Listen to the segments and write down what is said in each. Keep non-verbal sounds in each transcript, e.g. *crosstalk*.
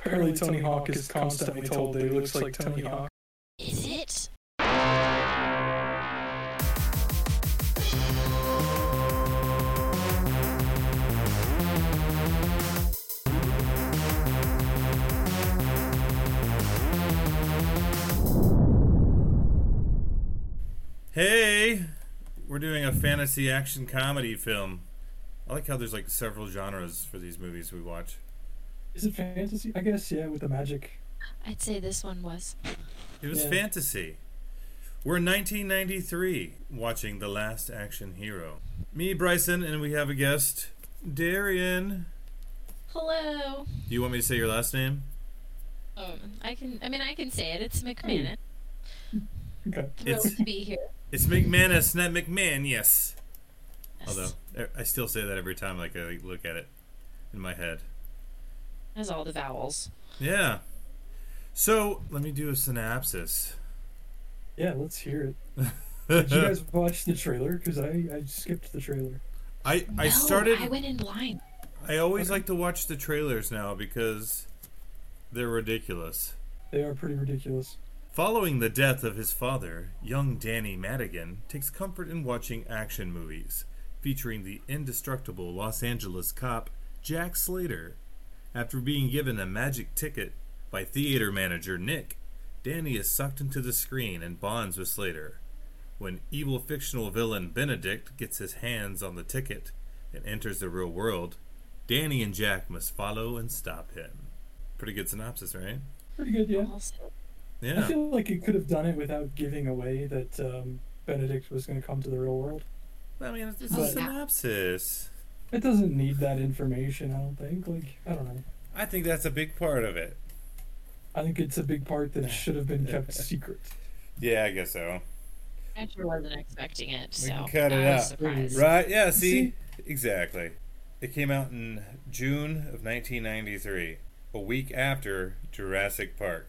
Apparently, Tony Hawk is constantly told that he looks like Tony Hawk. Is it? Hey, we're doing a fantasy action comedy film. I like how there's like several genres for these movies we watch. Is it fantasy? I guess, yeah, with the magic. I'd say this one was. It was Yeah. fantasy. We're in 1993, watching The Last Action Hero. Me, Bryson, and we have a guest, Darian. Hello. Do you want me to say your last name? Um, I can. I mean, I can say it. It's McMahon. Okay. Thrilled It's- to be here. It's McManus, not McMahon. Yes. Yes. Although er, I- I still say that every time, like I look at it in my head. has all the vowels. Yeah. So let me do a synopsis. Yeah, let's hear it. Did you guys watch the trailer? Because I, I skipped the trailer. I I No, started. I went in blind. I always like to watch the trailers now because they're ridiculous. They are pretty ridiculous. Following the death of his father, young Danny Madigan takes comfort in watching action movies featuring the indestructible Los Angeles cop Jack Slater. After being given a magic ticket by theater manager Nick, Danny is sucked into the screen and bonds with Slater. When evil fictional villain Benedict gets his hands on the ticket and enters the real world, Danny and Jack must follow and stop him. Pretty good synopsis, right? Pretty good, yeah. Also, Yeah. I feel like it could have done it without giving away that um, Benedict was going to come to the real world. I mean, it's, Oh, a yeah. synopsis. It doesn't need that information, I don't think. Like, I don't know. I think that's a big part of it. I think it's a big part *laughs* that should have been kept secret. Yeah, I guess so. I sure wasn't expecting it. We So can cut it I was out. surprised. Right? Yeah. See, exactly. It came out in June of 1993, a week after Jurassic Park.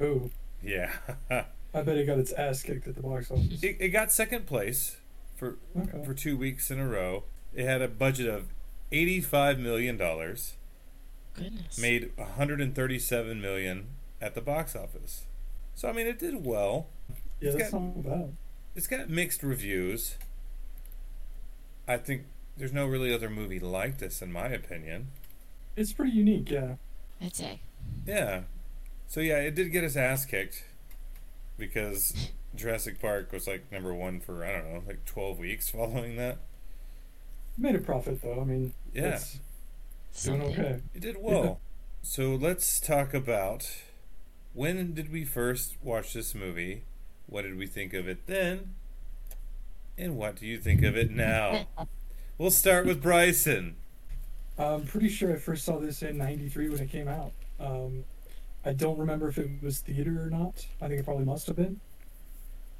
Oh, Yeah. *laughs* I bet it got its ass kicked at the box office. it, it got second place for Okay. for two weeks in a row. It had a budget of 85 million dollars, Goodness. made 137 million at the box office. So I mean, it did well. Yeah, It's that's got- not bad. It's got mixed reviews. I think there's no really other movie like this, in my opinion. It's pretty unique, yeah. I'd say. Yeah. So yeah, it did get its ass kicked because Jurassic Park was like number one for I don't know, like 12 weeks *laughs* following that. Made a profit though. I mean, Yeah. it's doing Something. okay. It did well. So let's talk about when did we first watch this movie? What did we think of it then? And what do you think of it now? we'll start with Bryson. I'm pretty sure I first saw this in '93 when it came out. Um, I don't remember if it was theater or not. I think it probably must have been.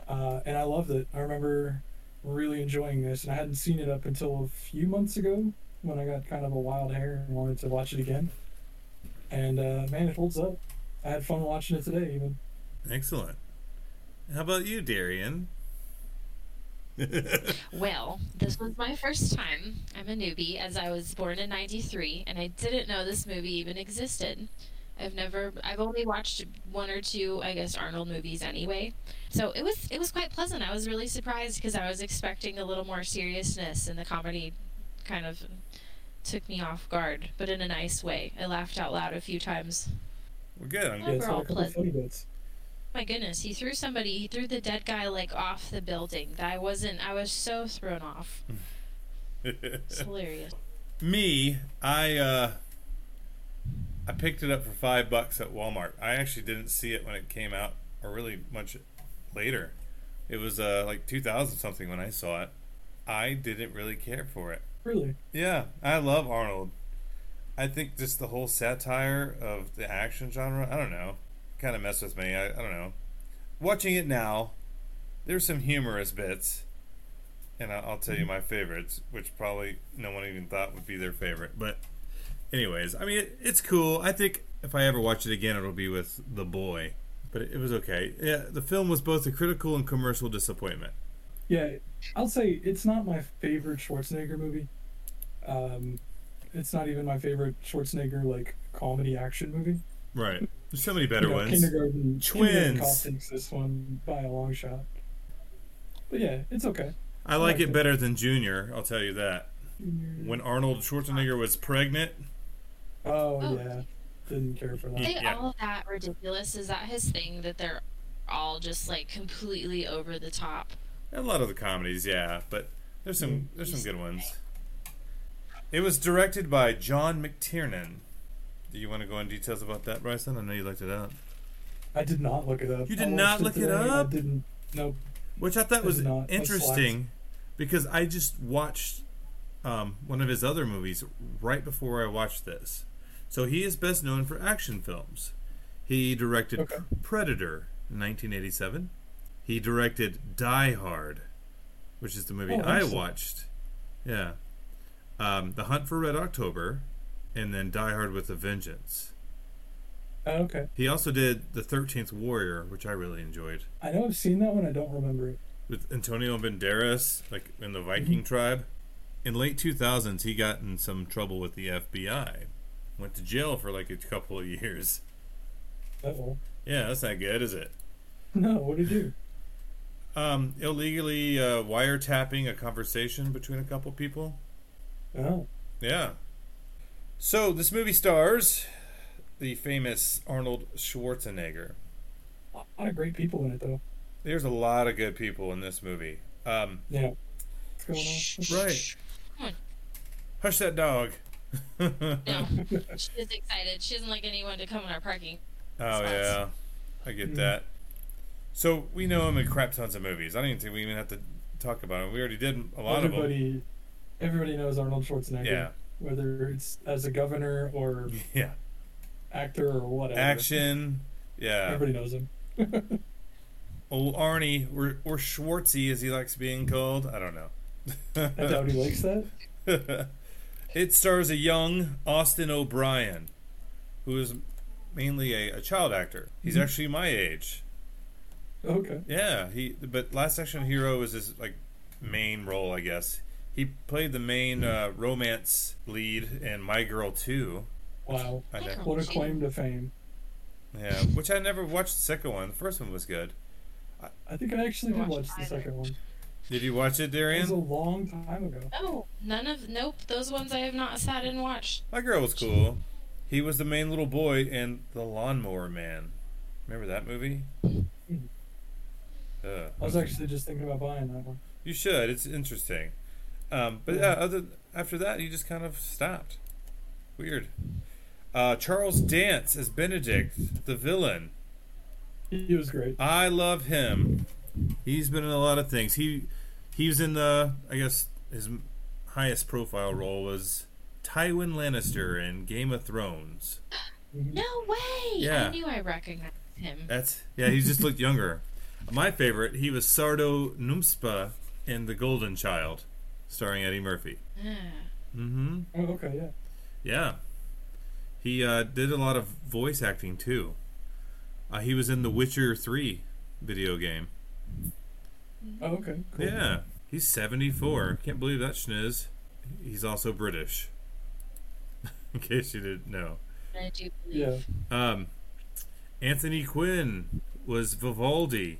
Uh, and I loved it. I remember really enjoying this, and I hadn't seen it up until a few months ago when I got kind of a wild hair and wanted to watch it again. And uh, man, it holds up. I had fun watching it today, even. Excellent. How about you, Darian? *laughs* Well, this was my first time. I'm a newbie, as I was born in '93, and I didn't know this movie even existed. I've never, I've only watched one or two, I guess, Arnold movies anyway. So it was, it was quite pleasant. I was really surprised because I was expecting a little more seriousness, and the comedy kind of took me off guard, but in a nice way. I laughed out loud a few times. We're good. I'm Yeah, it's got Overall a couple funny bits. My goodness, he threw somebody, he threw the dead guy like off the building. I wasn't, I was so thrown off. It's hilarious. *laughs* Me, I uh I picked it up for five bucks at Walmart. I actually didn't see it when it came out, or really much later. It was uh like two thousand something when I saw it. I didn't really care for it. Really, Yeah, I love Arnold. I think just the whole satire of the action genre, I don't know, kind of messed with me. I, I don't know. Watching it now, there's some humorous bits, and I, I'll tell you my favorites, which probably no one even thought would be their favorite. But, anyways, I mean, it, it's cool. I think if I ever watch it again, it'll be with The Boy. But it, it was okay. Yeah, the film was both a critical and commercial disappointment. Yeah, I'll say it's not my favorite Schwarzenegger movie. Um, it's not even my favorite Schwarzenegger like comedy action movie. Right. There's so many better You know, ones. Kindergarten Kindergarten Cop Twins. takes this one by a long shot. But yeah, it's okay. I like like it it. better than Junior, I'll tell you that. Junior- When Arnold Schwarzenegger was pregnant, Oh, Oh. yeah, didn't care for Are that. they Yeah. all that ridiculous? Is that his thing that they're all just like completely over the top? a lot of the comedies, yeah, but there's some there's some good ones. It was directed by John McTiernan. Do you want to go in details about that, Bryson? I know you looked it up. I did not look it up. You I did watched not look it today and I up? didn't. Nope. Which I thought I was did not. I slacked. interesting because I just watched um, one of his other movies right before I watched this. So he is best known for action films. He directed Okay. Predator in 1987. He directed Die Hard, which is the movie Oh, I excellent. watched. Yeah. Um, the Hunt for Red October, and then Die Hard with a Vengeance. Oh, okay. He also did The 13th Warrior, which I really enjoyed. I know I've seen that one. I don't remember it. with Antonio Banderas, like in the Viking tribe. In late 2000s, he got in some trouble with the FBI. Went to jail for like a couple of years. That one. Yeah, that's not good, is it? *laughs* No. What did he do? Um, illegally uh, wiretapping a conversation between a couple people. Oh. Yeah. So this movie stars the famous Arnold Schwarzenegger. A lot of great people in it though. There's a lot of good people in this movie. Um, Yeah. What's going on? right. Hush that dog. *laughs* oh No, she's excited. *laughs* She doesn't like anyone to come in our parking. Oh, yeah, I get Mm. that. So we know him in crap tons of movies. I don't even think we even have to talk about him. We already did a lot of Everybody. Everybody knows Arnold Schwarzenegger. them. Yeah, Whether it's as a governor or *laughs* yeah. actor or whatever. Action. Yeah. Everybody knows him. *laughs* Old Arnie or or Schwartzy as he likes being called. I don't I know. doubt he likes that. *laughs* it stars a young Austin O'Brien, who is mainly a, a child actor. He's Mm-hmm. actually my age. Okay. Yeah, he. But Last Action Hero was his like main role, I guess. He played the main uh, romance lead in My Girl Two. Wow. I My know. Girl. What a claim to fame. Yeah, which I never watched the second one. The first one was good. I think I actually did Watch watch the either. second one. Did you watch it, It was a Darian? long time ago. No, none of nope. Those ones I have not sat and watched. My Girl was cool. He was the main little boy in The Lawnmower Man. Remember that movie? Mhm. Uh, I was actually just thinking about buying that one. You should. It's interesting. Um, but yeah, Yeah. other after that, he just kind of stopped. Weird. Uh, Charles Dance as Benedict, the villain. He he was great. I love him. He's been in a lot of things. He he was in the I guess his m- highest profile role was Tywin Lannister in Game of Thrones. Mhm. No way. Yeah. I knew I recognized him. That's yeah. He just looked younger. My favorite. He was Sardo Numspa in The Golden Child, starring Eddie Murphy. Ah. Mm-hmm. Oh, okay, yeah. Yeah. He uh, did a lot of voice acting too. Uh, he was in the Witcher 3 video game. Oh, okay, cool. Yeah. He's 74. Can't believe that schniz. He's also British. *laughs* in case you didn't know. I do believe. Yeah. Um, Anthony Quinn was Vivaldi.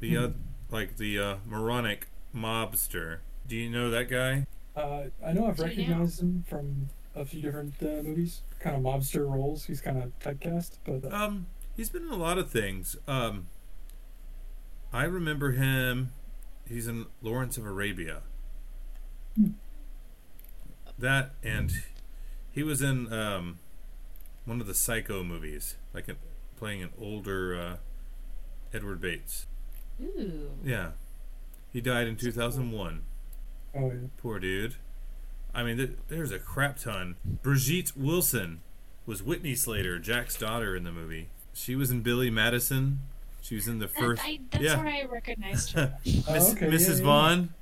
The uh, like the uh, moronic mobster. Do you know that guy? Uh, I know I've Yeah. recognized him from a few different uh, movies, kind of mobster roles. He's kind of typecast, but uh, Um, he's been in a lot of things. Um, I remember him. He's in Lawrence of Arabia. Hmm. That and he was in um, one of the Psycho movies, like an, playing an older uh, Edward Bates. Ooh. Yeah, he died in two thousand one. oh yeah. Poor dude. I mean, th- there's a crap ton. Brigitte Wilson was Whitney Slater, Jack's daughter, in the movie. She was in Billy Madison. She was in the That, first. I, that's yeah. where I recognized her. Oh, *laughs* Miss, okay, yeah, Mrs. yeah. Vaughn.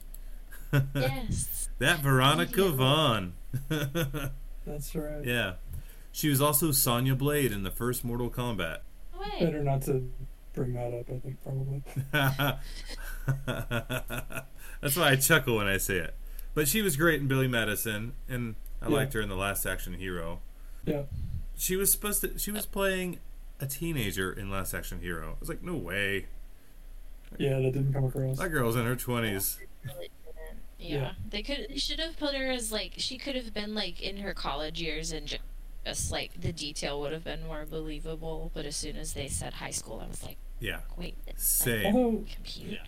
yes. That Veronica Yeah. Vaughn. *laughs* That's right. yeah. She was also Sonya Blade in the first Mortal Kombat. *laughs* No way. Better not to bring that up, I think, probably. *laughs* That's why I chuckle when I say it. But she was great in Billy Madison, and I Yeah. liked her in The Last Action Hero. Yeah. She was supposed to. She was playing a teenager in Last Action Hero. I was like, no way. Yeah, that didn't come across. That girl's in her twenties. Really didn't. Yeah. Yeah. They could they should have put her as like she could have been like in her college years and ju- just like the detail would have been more believable, but as soon as they said high school, I was like, Yeah. wait, it's like Same. Although, computer.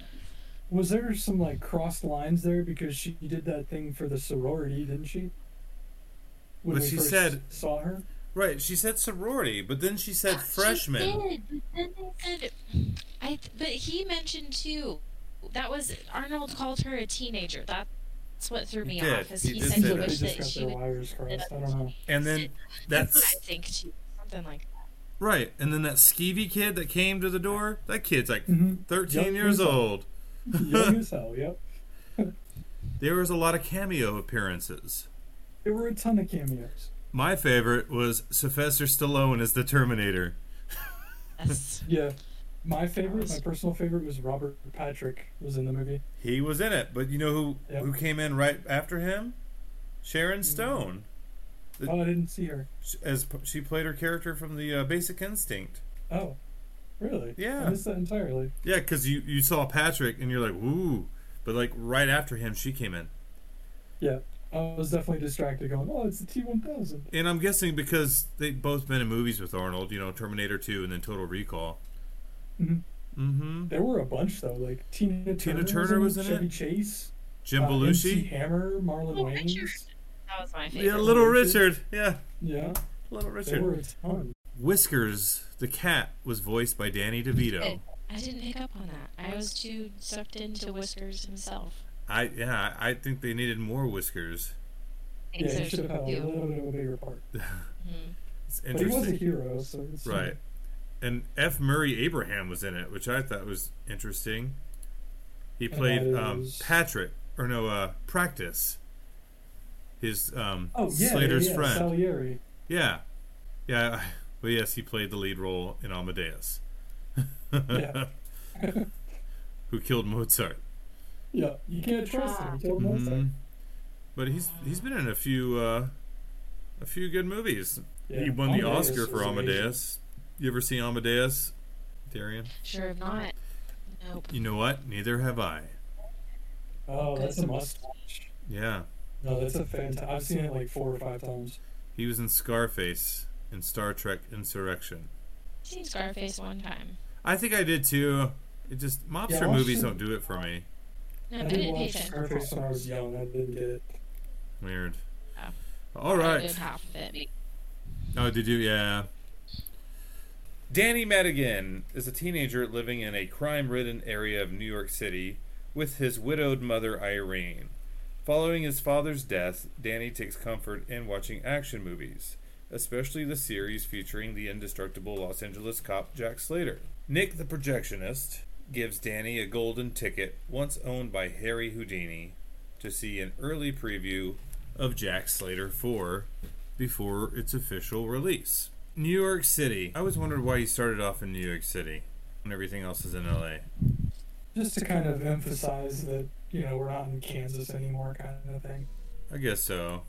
was there some, like, crossed lines there? Because she did that thing for the sorority, didn't she? When But we she first said- saw her? Right. She said sorority, but then she said freshman. She did, but then they said, I. th- But he mentioned too. That was Arnold called her a teenager. That's what threw He me did. off. Is He he, did said say Seems he that. like they just wished that got she their would. wires crossed. I don't know. And then That's what that's I think too. Something like. right. And then that skeevy kid that came to the door. That kid's like Mhm. thirteen Young years person. old. *laughs* Young as hell, yep. There was a lot of cameo appearances. There were a ton of cameos. My favorite was Sylvester Stallone as the Terminator. Yes. Yeah. My favorite, my personal favorite, was Robert Patrick was in the movie. He was in it, but you know who Yep. who came in right after him? Sharon Stone, The- Oh, I didn't see her. Sh- as p- she played her character from the uh, Basic Instinct. Oh, really? Yeah. I missed that entirely. Yeah, because you you saw Patrick and you're like, ooh, but like right after him, she came in, Yeah. I was definitely distracted going, oh, it's the T1000. and I'm guessing because they both been in movies with Arnold, you know, Terminator 2 and then Total Recall. hmm Mm-hmm. There were a bunch, though. Like Tina Turner, Turner was in Chevy it? Chase, Jim uh, MC Belushi, Hammer, Marlon Little Wayans. Oh, Richard. That was my favorite. yeah, Little Richard. Richard, yeah, Yeah. Little There were a Richard. ton. Whiskers the cat was voiced by Danny DeVito. I didn't pick up on that. I was too sucked into Whiskers himself. I yeah, I I think they needed more Whiskers. Yeah, he Except should have had a you. little bit of a bigger part. Mhm. It's But he interesting. was a hero, so it's uh, Right. And F. Murray Abraham was in it, which I thought was interesting. He And played that um, is- Patrick, or no, uh, Practice, his um, Oh yeah, Slater's yeah, friend. Salieri. Yeah. Yeah. But yes, he played the lead role in Amadeus, Yeah. *laughs* *laughs* who killed Mozart. Yeah, you can't trust him. He killed Mozart. Mhm. But he's he's been in a few uh, a few good movies. Yeah. He won the Amadeus Oscar for was amazing. Amadeus. You ever seen Amadeus, Darian? Sure have not. Nope. You know what? Neither have I. Oh, that's a must watch. Yeah. No, that's a fantastic. I've seen it like four or five times. He was in Scarface in Star Trek Insurrection. seen Scarface one time. I think I did too. It just mobster Yeah, I movies should- don't do it for me. No, I I did didn't pay watch attention. Scarface when I was young. I didn't get it. Weird. Yeah. All I did right. half of it. Oh, did you? Yeah. Danny Madigan is a teenager living in a crime-ridden area of New York City with his widowed mother Irene. Following his father's death, Danny takes comfort in watching action movies, especially the series featuring the indestructible Los Angeles cop Jack Slater. Nick the Projectionist gives Danny a golden ticket once owned by Harry Houdini to see an early preview of Jack Slater 4 before its official release. New York City. I always wondered why he started off in New York City when everything else is in LA. Just to kind of emphasize that you know we're not in Kansas anymore, kind of thing. I guess so.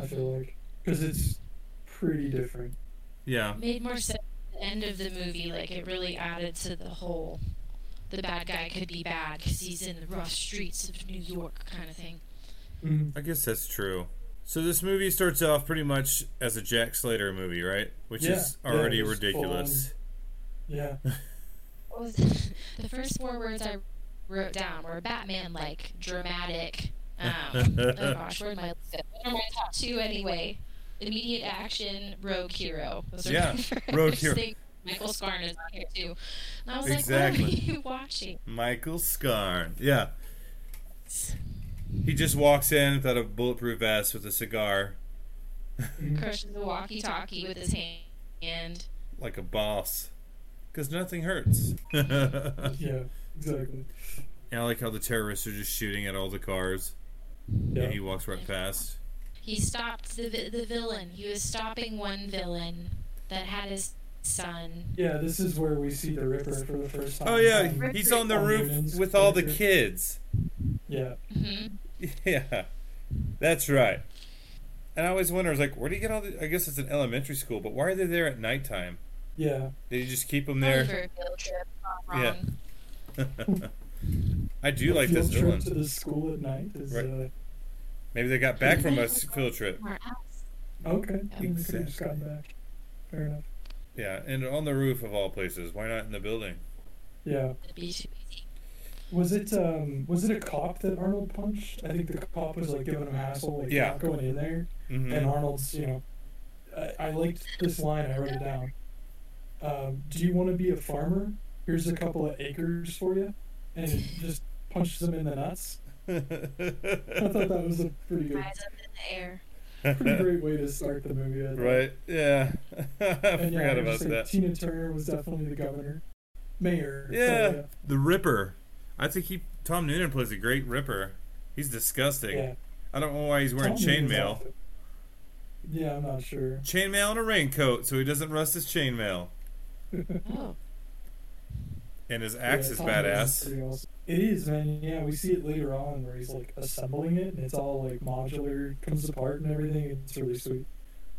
I feel like because it's pretty different. Yeah. Made more sense at the end of the movie. Like, it really added to the whole the bad guy could be bad because he's in the rough streets of New York kind of thing. Mhm. I guess that's true. So this movie starts off pretty much as a Jack Slater movie, right? Which Yeah. is Yeah, already it was ridiculous. Yeah, What was *laughs* the first four words I wrote down were Batman like, *laughs* dramatic. Um, oh gosh, where my list at? What are my top two anyway? Immediate action, rogue hero. Those are Yeah, my *laughs* first rogue hero. thing. Michael Scarn is on here too. And I was *laughs* Exactly. like, what are you watching? Michael Scarn. Yeah. He just walks in without a bulletproof vest with a cigar, Crushes a walkie-talkie with his hand. like a boss. Because nothing hurts. *laughs* I Yeah, exactly. like how the terrorists are just shooting at all the cars, Yeah. and he walks right past. He stopped the vi- the villain. He was stopping one villain that had his son. yeah, this is where we see the Ripper for the first time. Oh yeah, Um, he's on the roof with all the kids. *laughs* yeah. hmm Yeah, that's right. And I always wonder, I was like, where do you get all the? I guess it's an elementary school, but why are they there at nighttime? Yeah. Did you just keep them Probably there? for a field trip. if I'm Yeah. wrong. *laughs* I do A like field this trip villain. to the school at night is uh, Right. Maybe they got back from a s- field trip. Somewhere else. uh, okay. I mean, we could Exactly. have just gotten back. Fair enough. Yeah, and on the roof of all places. Why not in the building? Yeah. It'd be too easy. Was it um was it a cop that Arnold punched? I think the cop was like giving him hassle, like Yeah. not going in there. hmm And Arnold's, you know, I, I liked this line. I wrote it down. Um, do you want to be a farmer? Here's a couple of acres for you, and it just punches them in the nuts. *laughs* Mm-hmm. I thought that was a pretty good, Eyes up in the air. pretty *laughs* great way to start the movie. I thought. right? Yeah, *laughs* I And forgot yeah, about just like that. Tina Turner was definitely the governor, mayor. so, Yeah, the Ripper. I think he Tom Noonan plays a great Ripper. He's disgusting. yeah. I don't know why he's wearing Tom Noonan was chainmail. awful. Yeah, I'm not sure. Chainmail and a raincoat, so he doesn't rust *laughs* his chainmail. Oh, And his axe Yeah, is Tom Noonan is badass. pretty awesome. It is, man. Yeah, we see it later on where he's like assembling it, and it's all like modular, comes apart and everything. It's really sweet.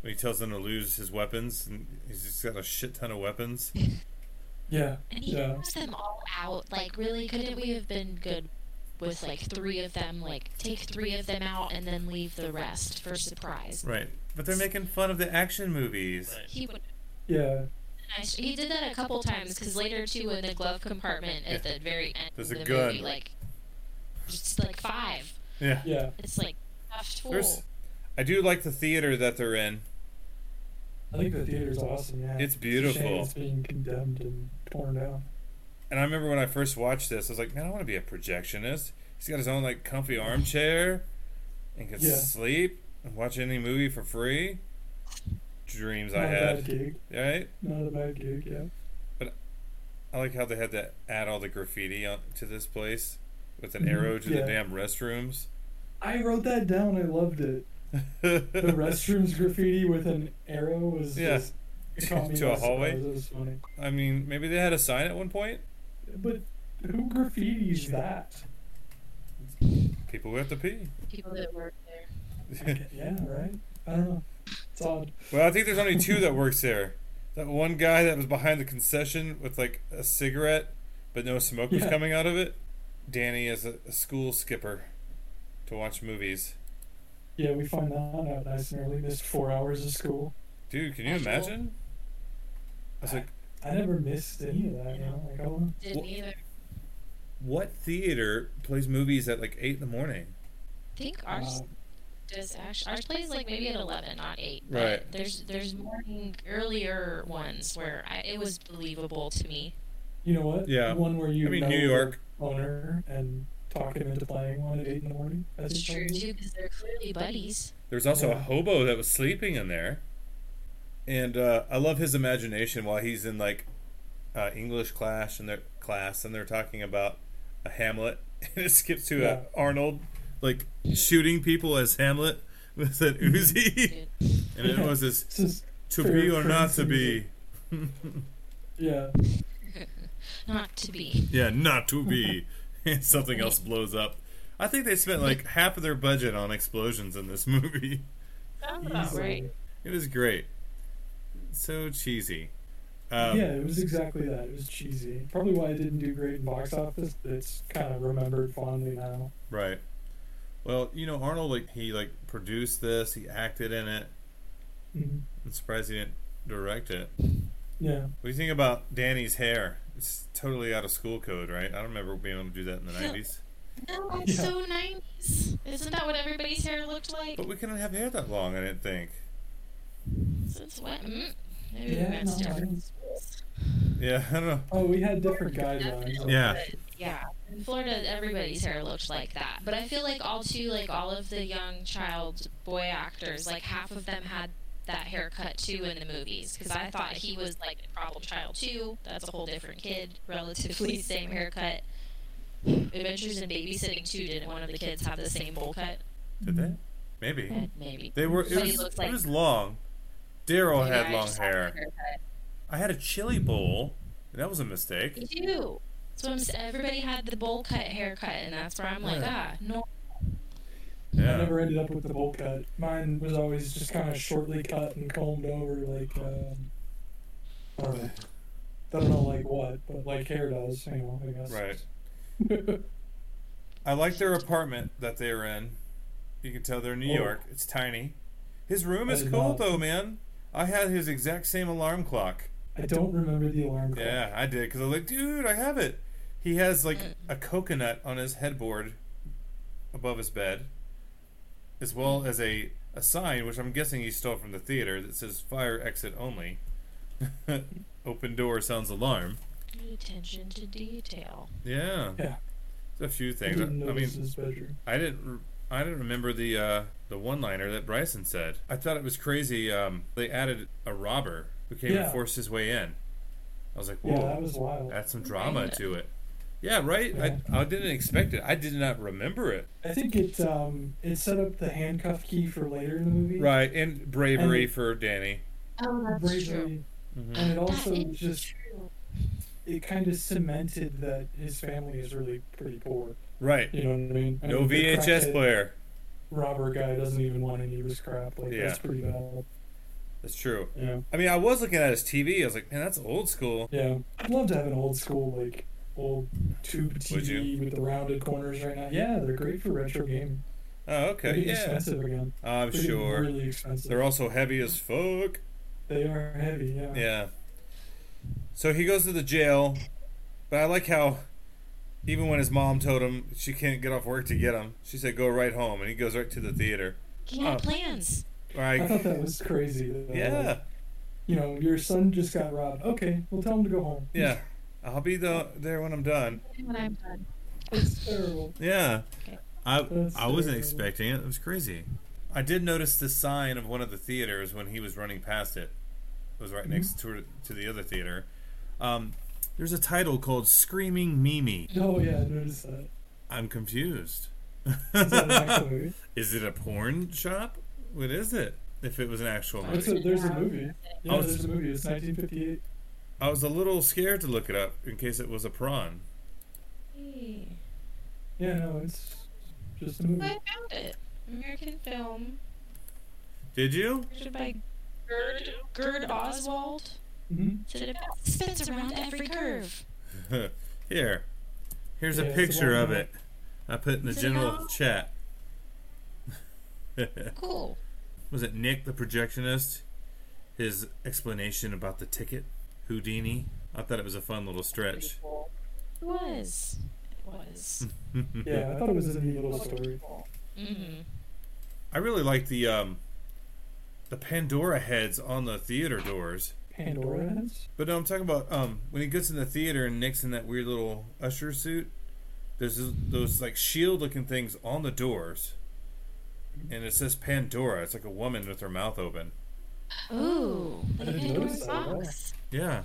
When he tells them to lose his weapons, and he's just got a shit ton of *laughs* weapons. Yeah, and he Yeah. throws them all out. Like, really, couldn't we have been good with like three of them? Like, take three of them out and then leave the rest for surprise. Right. But they're making fun of the action movies. He would. yeah, I sh- He did that a couple times because later too, in the glove compartment at the very end, There's of a the gun. Movie, like, it's like five. Yeah. yeah. It's like stuffed full. There's, I do like the theater that they're in. I think the theater's awesome. Yeah, It's a shame beautiful. It's being condemned and torn down. And I remember when I first watched this, I was like, man, I want to be a projectionist. He's got his own like comfy armchair, and can Yeah. sleep and watch any movie for free. Dreams Not I a bad had. gig. Right. Not a bad gig. Yeah. I like how they had to add all the graffiti on, to this place with an arrow to the Mm-hmm. Yeah. damn restrooms. I wrote that down. I loved it. *laughs* The restrooms graffiti with an arrow was Yeah. just *laughs* caught me To a by surprise. hallway? It was funny. I mean, maybe they had a sign at one point. But who graffitis that? People who have to pee. people that work there. *laughs* Yeah, right. I don't know. It's odd. well, I think there's only two that works there. That one guy that was behind the concession with like a cigarette, but no smoke was Yeah. coming out of it. Danny is a, a school skipper to watch movies. *laughs* Yeah, we find that out nice and early. Missed four hours of school. Dude, can you Actual. imagine? I was like, I never missed any of that. You know, like I don't. Didn't Well- either. what theater plays movies at like eight in the morning? I think ours Uh, does actually. Ours plays like maybe at eleven, not eight. but Right. There's there's morning earlier ones where I, it was believable to me. you know what? Yeah. One where you I mean, know New the York. owner and talk him into playing one at eight in the morning. That's It's true too because they're clearly buddies. There was also a Yeah. hobo that was sleeping in there. And uh, I love his imagination while he's in like uh, English class and their class and they're talking about a Hamlet *laughs* and it skips to Yeah. a Arnold like shooting people as Hamlet with an Mm-hmm. Uzi *laughs* Dude. and it was this This is to Fair be or not currency to be yeah. Not to be. yeah not to be *laughs* and something else blows up. I think they *laughs* spent like half of their budget on explosions in this movie. Sounds easily. right. It was great. So cheesy. Um, yeah, it was exactly that. It was cheesy. Probably why it didn't do great in box office. but It's kind of remembered fondly now. Right. Well, you know, Arnold like he like produced this, he acted in it. Mhm. I'm surprised he didn't direct it. Yeah. What do you think about Danny's hair? It's totally out of school code, right? I don't remember being able to do that in the nineties. No, Oh, it's Yeah. so nineties. Isn't that what everybody's hair looked like? But we couldn't have hair that long, I didn't think. Since what? Mm. Maybe Yeah, we went to no, different it's- schools. Yeah, *laughs* I don't know. Oh, we had different guidelines. Yeah. Yeah. in Florida, everybody's hair looked like that. But I feel like all too, like all of the young child boy actors, like half of them had that haircut too in the movies. Because I thought he was like a problem child too. That's a whole different kid, relatively *laughs* same haircut. Adventures in Babysitting too. Didn't one of the kids have the same bowl cut? Did they? Maybe. Eh, Maybe. They were. It But he was, looks it like- was long. Daryl Maybe had I long just had hair. that haircut. I had a chili bowl. and That was a mistake. They do. So I'm, s- everybody had the bowl cut haircut, and that's where I'm like, ah, Yeah. no. I Yeah. never ended up with the bowl cut. Mine was always just kind of shortly cut and combed over, like um, I don't know, don't know like what, but like hair does, you know. I guess. Right. I like their apartment that they're in. You can tell they're in New Oh. York. It's tiny. His room I is did cool not- though, man. I had his exact same alarm clock. *laughs* I don't remember the alarm clock. Yeah, I did because I was like, dude, I have it. He has like a coconut on his headboard above his bed, as well as a, a sign, which I'm guessing he stole from the theater, that says fire exit only. *laughs* Open door sounds alarm. Attention to detail. Yeah, Yeah. there's a few I things. I, I didn't mean, notice his bedroom. I didn't. re- I didn't remember the uh, the one liner that Bryson said. I thought it was crazy. Um, they added a robber who came Yeah. and forced his way in. I was like, whoa, Yeah, that was wild. add some drama Right. to it. Yeah, right. I, I didn't expect it. I did not remember it. I think it um it set up the handcuff key for later in the movie. Right, and bravery And- Mm-hmm. for Danny. Oh, Bravery, Mm. and it also That is just true. it kind of cemented that his family is really pretty poor. Mm-hmm. Right. You know what I mean? I No mean, the VHS crackhead player. Robber guy doesn't even want any of his crap. Like Yeah. that's pretty bad. That's true. Yeah, I mean, I was looking at his TV. I was like, man, that's old school. yeah. I'd love to have an old school like old tube Would TV you? with the rounded corners right now. Yeah, they're great for retro gaming. Oh, They're okay. getting Yeah. expensive again. They're I'm getting sure. Really expensive. They're also heavy as fuck. They are heavy. Yeah. Yeah. So he goes to the jail, but I like how even when his mom told him she can't get off work to get him, she said go right home, and he goes right to the theater. He had Oh. plans. I thought Like, that was crazy. that, uh, yeah, You know, your son just got robbed. Okay, well, tell him to go home. yeah. I'll be the, there when I'm done. When I'm done. It's terrible. Yeah. Okay. I That's I wasn't terrible. expecting it. It was crazy. I did notice the sign of one of the theaters when he was running past it. It was right next Mm-hmm. to to the other theater. Um, there's a title called "Screaming Mimi." Oh yeah, I noticed that. I'm confused. Is that an *laughs* actual movie? Is it a porn shop? What is it? If it was an actual It's movie, a, there's a movie. Yeah, Oh, it's- there's a movie. It's 1958. I was a little scared to look it up in case it was a prawn. Hey, Yeah, no, it's just a movie. I found it. American film. Did you? *laughs* Directed by Gerd, Gerd Oswald. Mm-hmm. Said it best. spins around every curve. Here, here's Yeah, a it's a picture long of one. it. I put in the Is it general long? chat. *laughs* Cool. was it Nick the projectionist? His explanation about the ticket, Houdini. I thought it was a fun little stretch. It was. It was. Yeah, I thought it was a neat little story. Hmm. mm-hmm. I really like the um, the Pandora heads on the theater doors. Pandora has? But no, I'm talking about um, when he gets in the theater and Nick's in that weird little usher suit. There's those- those like shield looking things on the doors, and it says Pandora. It's like a woman with her mouth open. Ooh. I Like didn't Pandora's notice that at all. box. Yeah,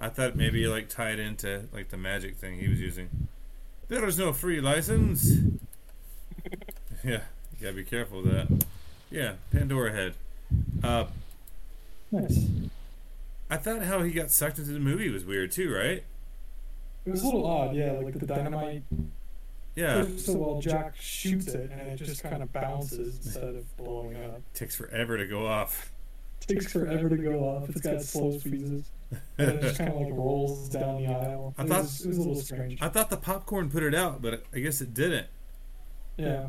I thought maybe like tied into like the magic thing he was using. There is no free license. *laughs* yeah, you gotta be careful with that. Yeah, Pandora head. Uh, Nice. I thought how he got sucked into the movie was weird too, right? It was a little odd, yeah, like the dynamite. Yeah, So while Jack shoots it and it just kind of bounces instead of blowing up. takes forever to go off. takes forever to go off. It's got slow *laughs* squeezes. And it just kind of like rolls down the aisle. I it, thought- was, it was a little strange. I thought the popcorn put it out, but I guess it didn't. yeah.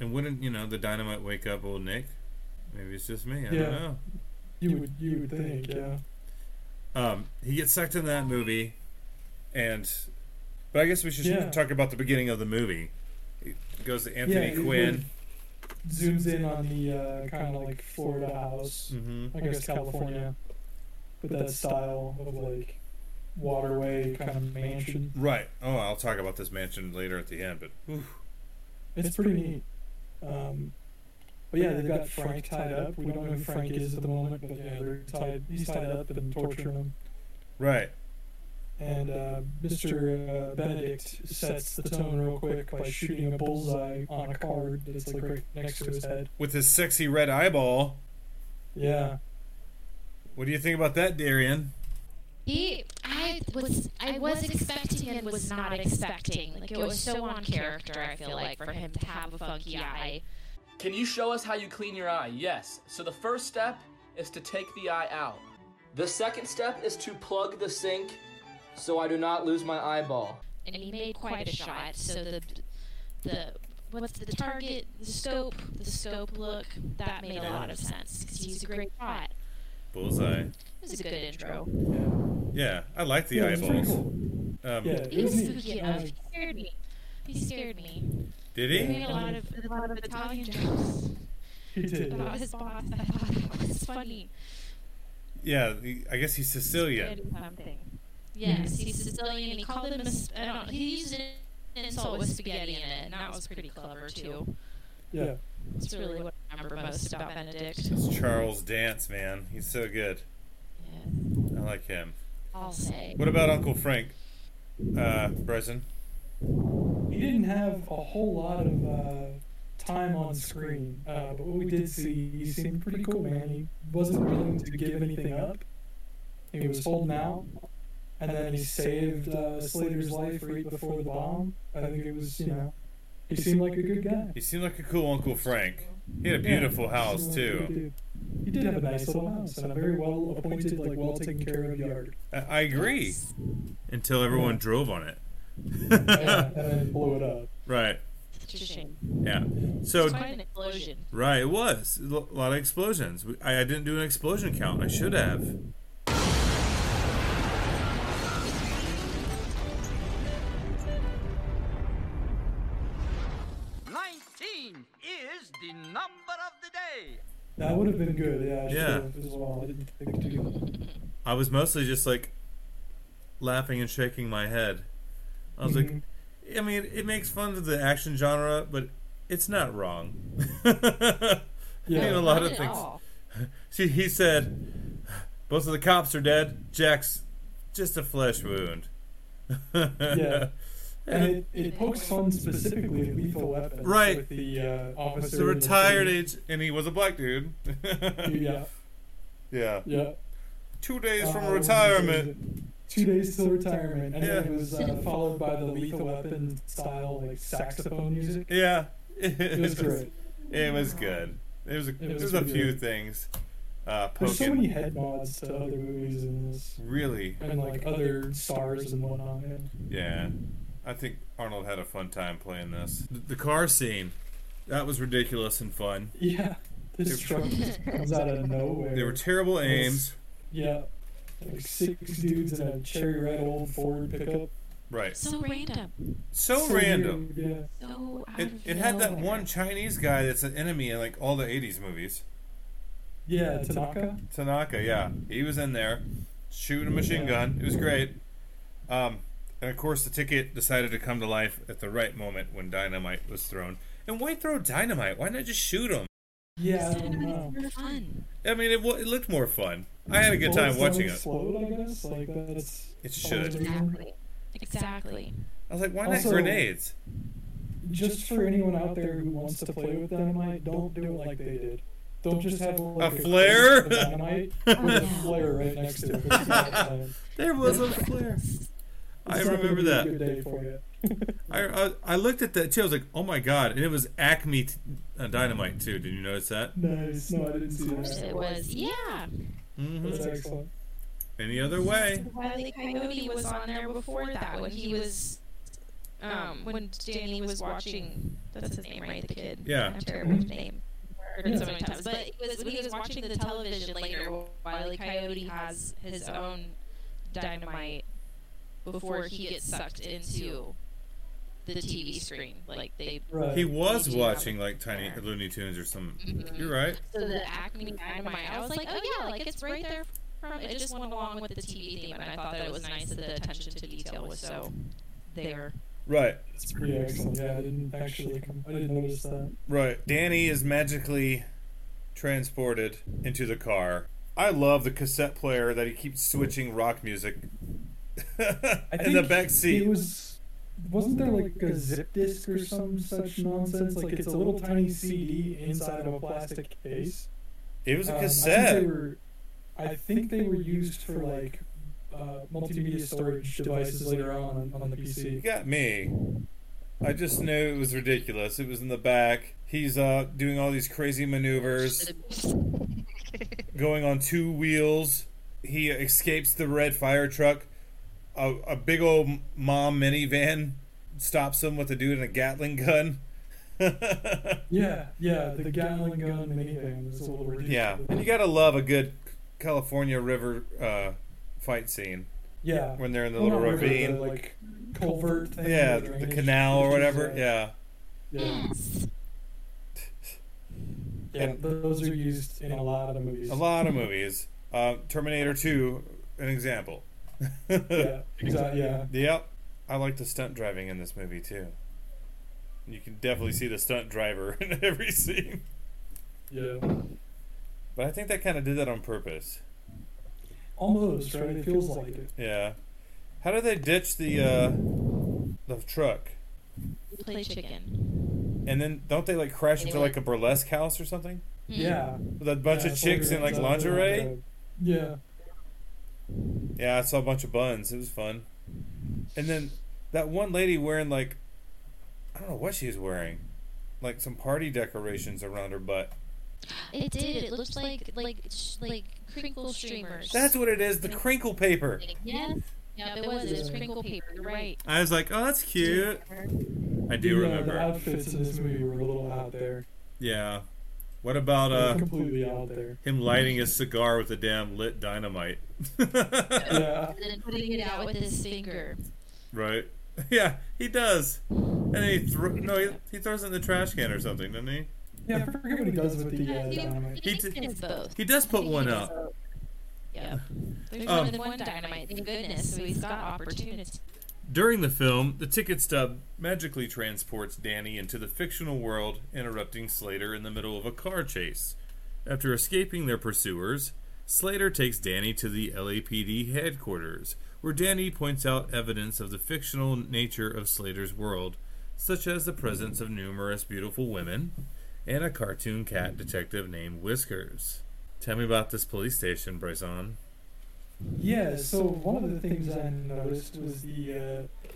And wouldn't you know the dynamite wake up old Nick? Maybe it's just me. Yeah. I don't know. You would you would think, yeah. Um, he gets sucked in that movie, and but I guess we should Yeah. talk about the beginning of the movie. It goes to Anthony yeah, it Quinn. would- zooms in on the uh, kind of like Florida house. Mm-hmm. I guess California. With that style of like waterway kind of mansion. Right. Oh, I'll talk about this mansion later at the end, but whew. It's, pretty neat. Um, but yeah, they've got Frank tied up. We don't know who Frank is at the moment, but yeah, they're tied. He's tied up and torturing him. right. And uh, Mr. Uh, Benedict sets the tone real quick by shooting a bullseye on a card that's like right next to his head. With his sexy red eyeball. Yeah. What do you think about that, Darian? He, I was, I was expecting and was not expecting. Like it was so on character. I feel like for him to have a funky eye. Can you show us how you clean your eye? Yes. So the first step is to take the eye out. The second step is to plug the sink so I do not lose my eyeball. and he made quite a shot. So the the what's the target, the scope, the scope look that made a lot of sense because he's a great shot. Bullseye. It was a good intro. Yeah. Yeah, I like the yeah, it's pretty eyeballs. cool. Um, Yeah. He was Isn't he- spooky enough. He scared me. He scared me. Did He he? made a lot of a lot of Italian jokes He *laughs* did. about his boss. I thought it was funny. Yeah, he- I guess he's Sicilian. Did Something. Yes, he's Sicilian. and He called them. A, sp- I don't. He used an insult with spaghetti in it, and that was pretty clever too. Yeah. That's really what I remember most about Benedict. It's Charles Dance, man. He's so good. Yeah, I like him. I'll say. What about Uncle Frank? Uh, Bryson? We didn't have a whole lot of uh, time on screen, uh, but what we did see, he seemed pretty cool, man. He wasn't willing to give anything up. He was holding out, and then he saved uh, Slater's life right before the bomb. I think it was, you know, he seemed like a good guy. He seemed like a cool Uncle Frank. He had a Yeah, beautiful he house, seemed like a good too. dude. He did have a nice little house and a very well appointed, like well taken care of yard. I, I agree. Until everyone drove on it. Yeah, and then blew it up. *laughs* right. Such a shame. Yeah. So, It's quite an explosion. right, it was. A lo- lot of explosions. We- I, I didn't do an explosion count. I should have. Nineteen is the number of the day. That would have been good, yeah. I should Yeah. have as well. I didn't think to do that. I was mostly just like laughing and shaking my head. I was like, Mhm. I mean, it makes fun of the action genre, but it's not wrong. *laughs* I mean, a Not lot of at things. all. See, he said, both of the cops are dead. Jack's just a flesh wound. *laughs* Yeah. And it, it pokes fun specifically at lethal weapons. Right. With the uh, officer. It's a and the retired police. age, and he was a black dude. *laughs* *laughs* Yeah, yeah. yeah. Two days Uh, from what was it? retirement. Two days till retirement. And then it Yeah. was uh, followed by the lethal weapon style, like, saxophone music. Yeah. *laughs* It was great. It was good. There was a, there was was a pretty few good. things. Uh, poking. There's so many head mods to other movies in this. really, And, like, other stars and whatnot. man. yeah. I think Arnold had a fun time playing this. The, the car scene, that was ridiculous and fun. Yeah. This They- truck just comes out of nowhere. They were terrible aims. yeah. Like six dudes in a cherry red old Ford pickup. Right. So random. So weird, random. Yeah. So out It, of it had that nowhere. one Chinese guy that's an enemy in like all the 80s movies. Yeah, Tanaka. Tanaka, yeah. He was in there shooting a machine Yeah. gun. It was great. Um, and of course, the ticket decided to come to life at the right moment when dynamite was thrown. And why throw dynamite? Why not just shoot him? Yeah, I Some don't of know. these were fun. I mean, it, wa- it looked more fun. I had a good Well, time it's watching not it. Explode, I guess. Like that's. It should. Exactly. Exactly. I was like, why not Also- grenades? Just for anyone out there who wants to play with dynamite, don't do it like they did. Don't just have like, A flare? case of *laughs* dynamite with a flare right next to it. It's not fun. There was a flare. I It's not gonna remember be that. A good day for you. *laughs* I, I I looked at that too. I was like, oh my god! And it was Acme t- uh, Dynamite too. Did you notice that? nice. No, I didn't see Of course that. it was. Yeah. hmm That's excellent. Any other way? Wiley Coyote was on there before that when he was. Um, when Danny was watching, that's his name, right? The kid. Yeah. I'm terrible with Mhm. name. I heard it so many times. But it was, when he was watching the television later, Wiley Coyote has his own dynamite before he gets sucked into the TV screen. Like they. Right. He was Yeah. watching like Tiny Looney Tunes or something. Mm-hmm. Mhm. You're right. So the Acme Dynamite, I was like, oh yeah, like it's right there from. It just went along with the TV theme, and I thought that it was nice that the attention to detail was so there. Right, It's pretty excellent. Yeah, I didn't actually come. I didn't notice that. right. Danny is magically transported into the car. I love the cassette player that he keeps switching *laughs* rock music in the back seat. It was. Wasn't there like a zip disc or some such nonsense? Like it's a little tiny CD inside of a plastic case. it was a Um, I cassette. think they were, I think they were used for like uh, multimedia storage devices later on on, on the You PC. got me. I just knew it was ridiculous. It was in the back. He's uh doing all these crazy maneuvers, going on two wheels. He escapes the red fire truck. A, a big old mom minivan stops him with a dude in a Gatling gun. *laughs* Yeah, yeah, the Gatling gun minivan was a little ridiculous. yeah, and you gotta love a good California River uh, fight scene yeah. when they're in the Well, little not really, ravine. the, like culvert thing. yeah, or the drainage, canal or which is, whatever. uh, Yeah. Yeah, Yes. yeah, And- those are used in a lot of movies. A lot of movies. Uh, Terminator 2, an example. *laughs* Yeah, exactly. Yeah. Yep. I like the stunt driving in this movie, too. You can Mm-hmm. definitely see the stunt driver *laughs* in every scene. Yeah. But I think that kind of did that on purpose. Almost, right? It feels like it. Yeah. How did they ditch the uh, the truck? We play chicken. And then don't they like crash into Anyway. like a burlesque house or something? Hmm. Yeah. With a bunch yeah, of that's chicks what in like it is, uh, lingerie? Yeah. Yeah, I saw a bunch of buns. It was fun. And then that one lady wearing like I don't know what she was wearing. Like some party decorations around her butt. It did. It looks like like sh- like crinkle streamers. That's what it is, the crinkle paper. Yes. Yep, it was. It was crinkle paper. You're right. I was like, "Oh, that's cute." I do The, uh, remember. The outfits in this movie were a little out there. yeah. What about uh completely out *laughs* there. him lighting his cigar with a damn lit dynamite? *laughs* Yeah. And then putting it out with his finger. right. *laughs* Yeah, he does. And then he thro- no, he, he throws it in the trash can or something, doesn't he? Yeah, I forget what he does with the uh, He- dynamite. He He did- is both. He does put one up. Yep. There's Um, more than one dynamite. Thank goodness. So he's got opportunity. During the film, the ticket stub magically transports Danny into the fictional world, interrupting Slater in the middle of a car chase. After escaping their pursuers, Slater takes Danny to the LAPD headquarters, where Danny points out evidence of the fictional nature of Slater's world, such as the presence of numerous beautiful women and a cartoon cat detective named Whiskers. Tell me about this police station, Bryson. Yeah, so one of the things I noticed was the,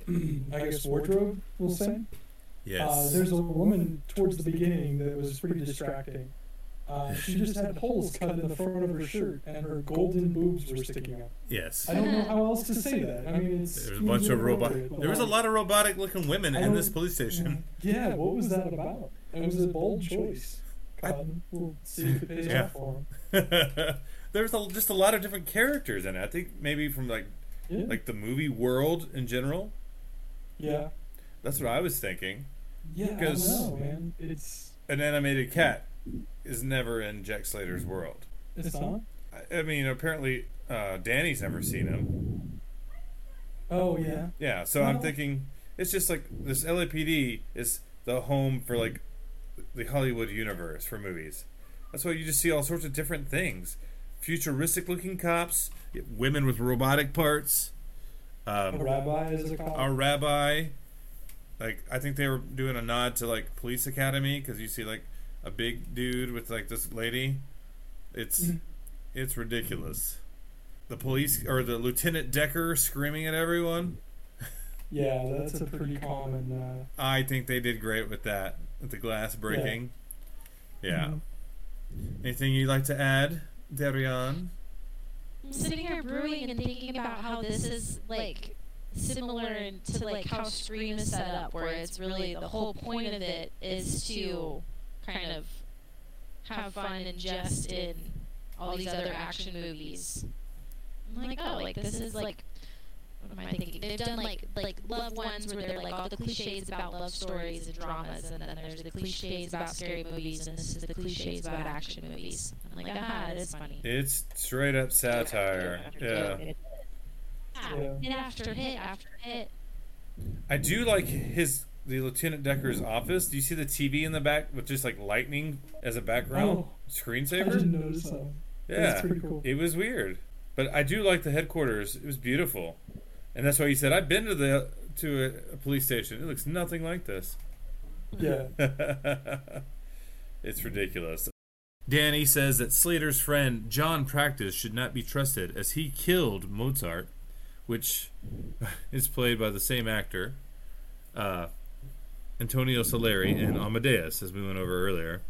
uh, *clears throat* I guess, wardrobe, we'll say. Uh, Yes. there's a woman towards the beginning that was pretty distracting. *laughs* Uh, she just had holes cut in the front of her shirt, and her golden boobs were sticking out. yes. I don't know how else to say that. I mean, it's There's a bunch of robot. inappropriate, but There was a like, lot of robotic-looking women I in this don't- police station. *laughs* Yeah, what was that about? It was a bold choice. Cotton. We'll see if it pays Yeah. off for him. There's a, just a lot of different characters in it. I think maybe from like Yeah. like the movie world in general. yeah. That's what I was thinking. Yeah, I don't Because- know, man. It's An animated cat is never in Jack Slater's world. it's not. I, I mean, apparently uh, Danny's never seen him. Oh yeah. Yeah, so I'm No. thinking it's just like this LAPD is the home for like the Hollywood universe for movies. That's why you just see all sorts of different things, futuristic looking cops, women with robotic parts, A um, rabbi is a cop. a rabbi. Like I think they were doing a nod to like Police Academy because you see like a big dude with like this lady. It's Mhm. it's ridiculous. The police or the Lieutenant Decker screaming at everyone. yeah, that's a pretty common. Uh, I think they did great with that, with the glass breaking. Yeah. Mm-hmm. Anything you'd like to add, Darian? I'm sitting here brewing and thinking about how this is like similar to like how Scream is set up, where it's really the whole point of it is to kind of have fun and jest in all these other action movies. I'm like, oh, like this is like what am I thinking? They've done like like love ones where they're like all the cliches about love stories and dramas, and then there's the cliches about scary movies, and this is the cliches about action movies. I'm like, ah, it is funny. It's straight up satire. Yeah. Yeah. Hit after hit after hit. I do like his the Lieutenant Decker's office. Do you see the TV in the back with just like lightning as a background Oh. I screensaver? didn't notice that. *laughs* Yeah, That's pretty cool. it was weird, but I do like the headquarters. It was beautiful, and that's why you said I've been to the to a, a police station. It looks nothing like this. Yeah. *laughs* it's ridiculous. Danny says that Slater's friend John Practice should not be trusted as he killed Mozart, which *laughs* is played by the same actor, uh, Antonio Saleri in Amadeus, as we went over earlier.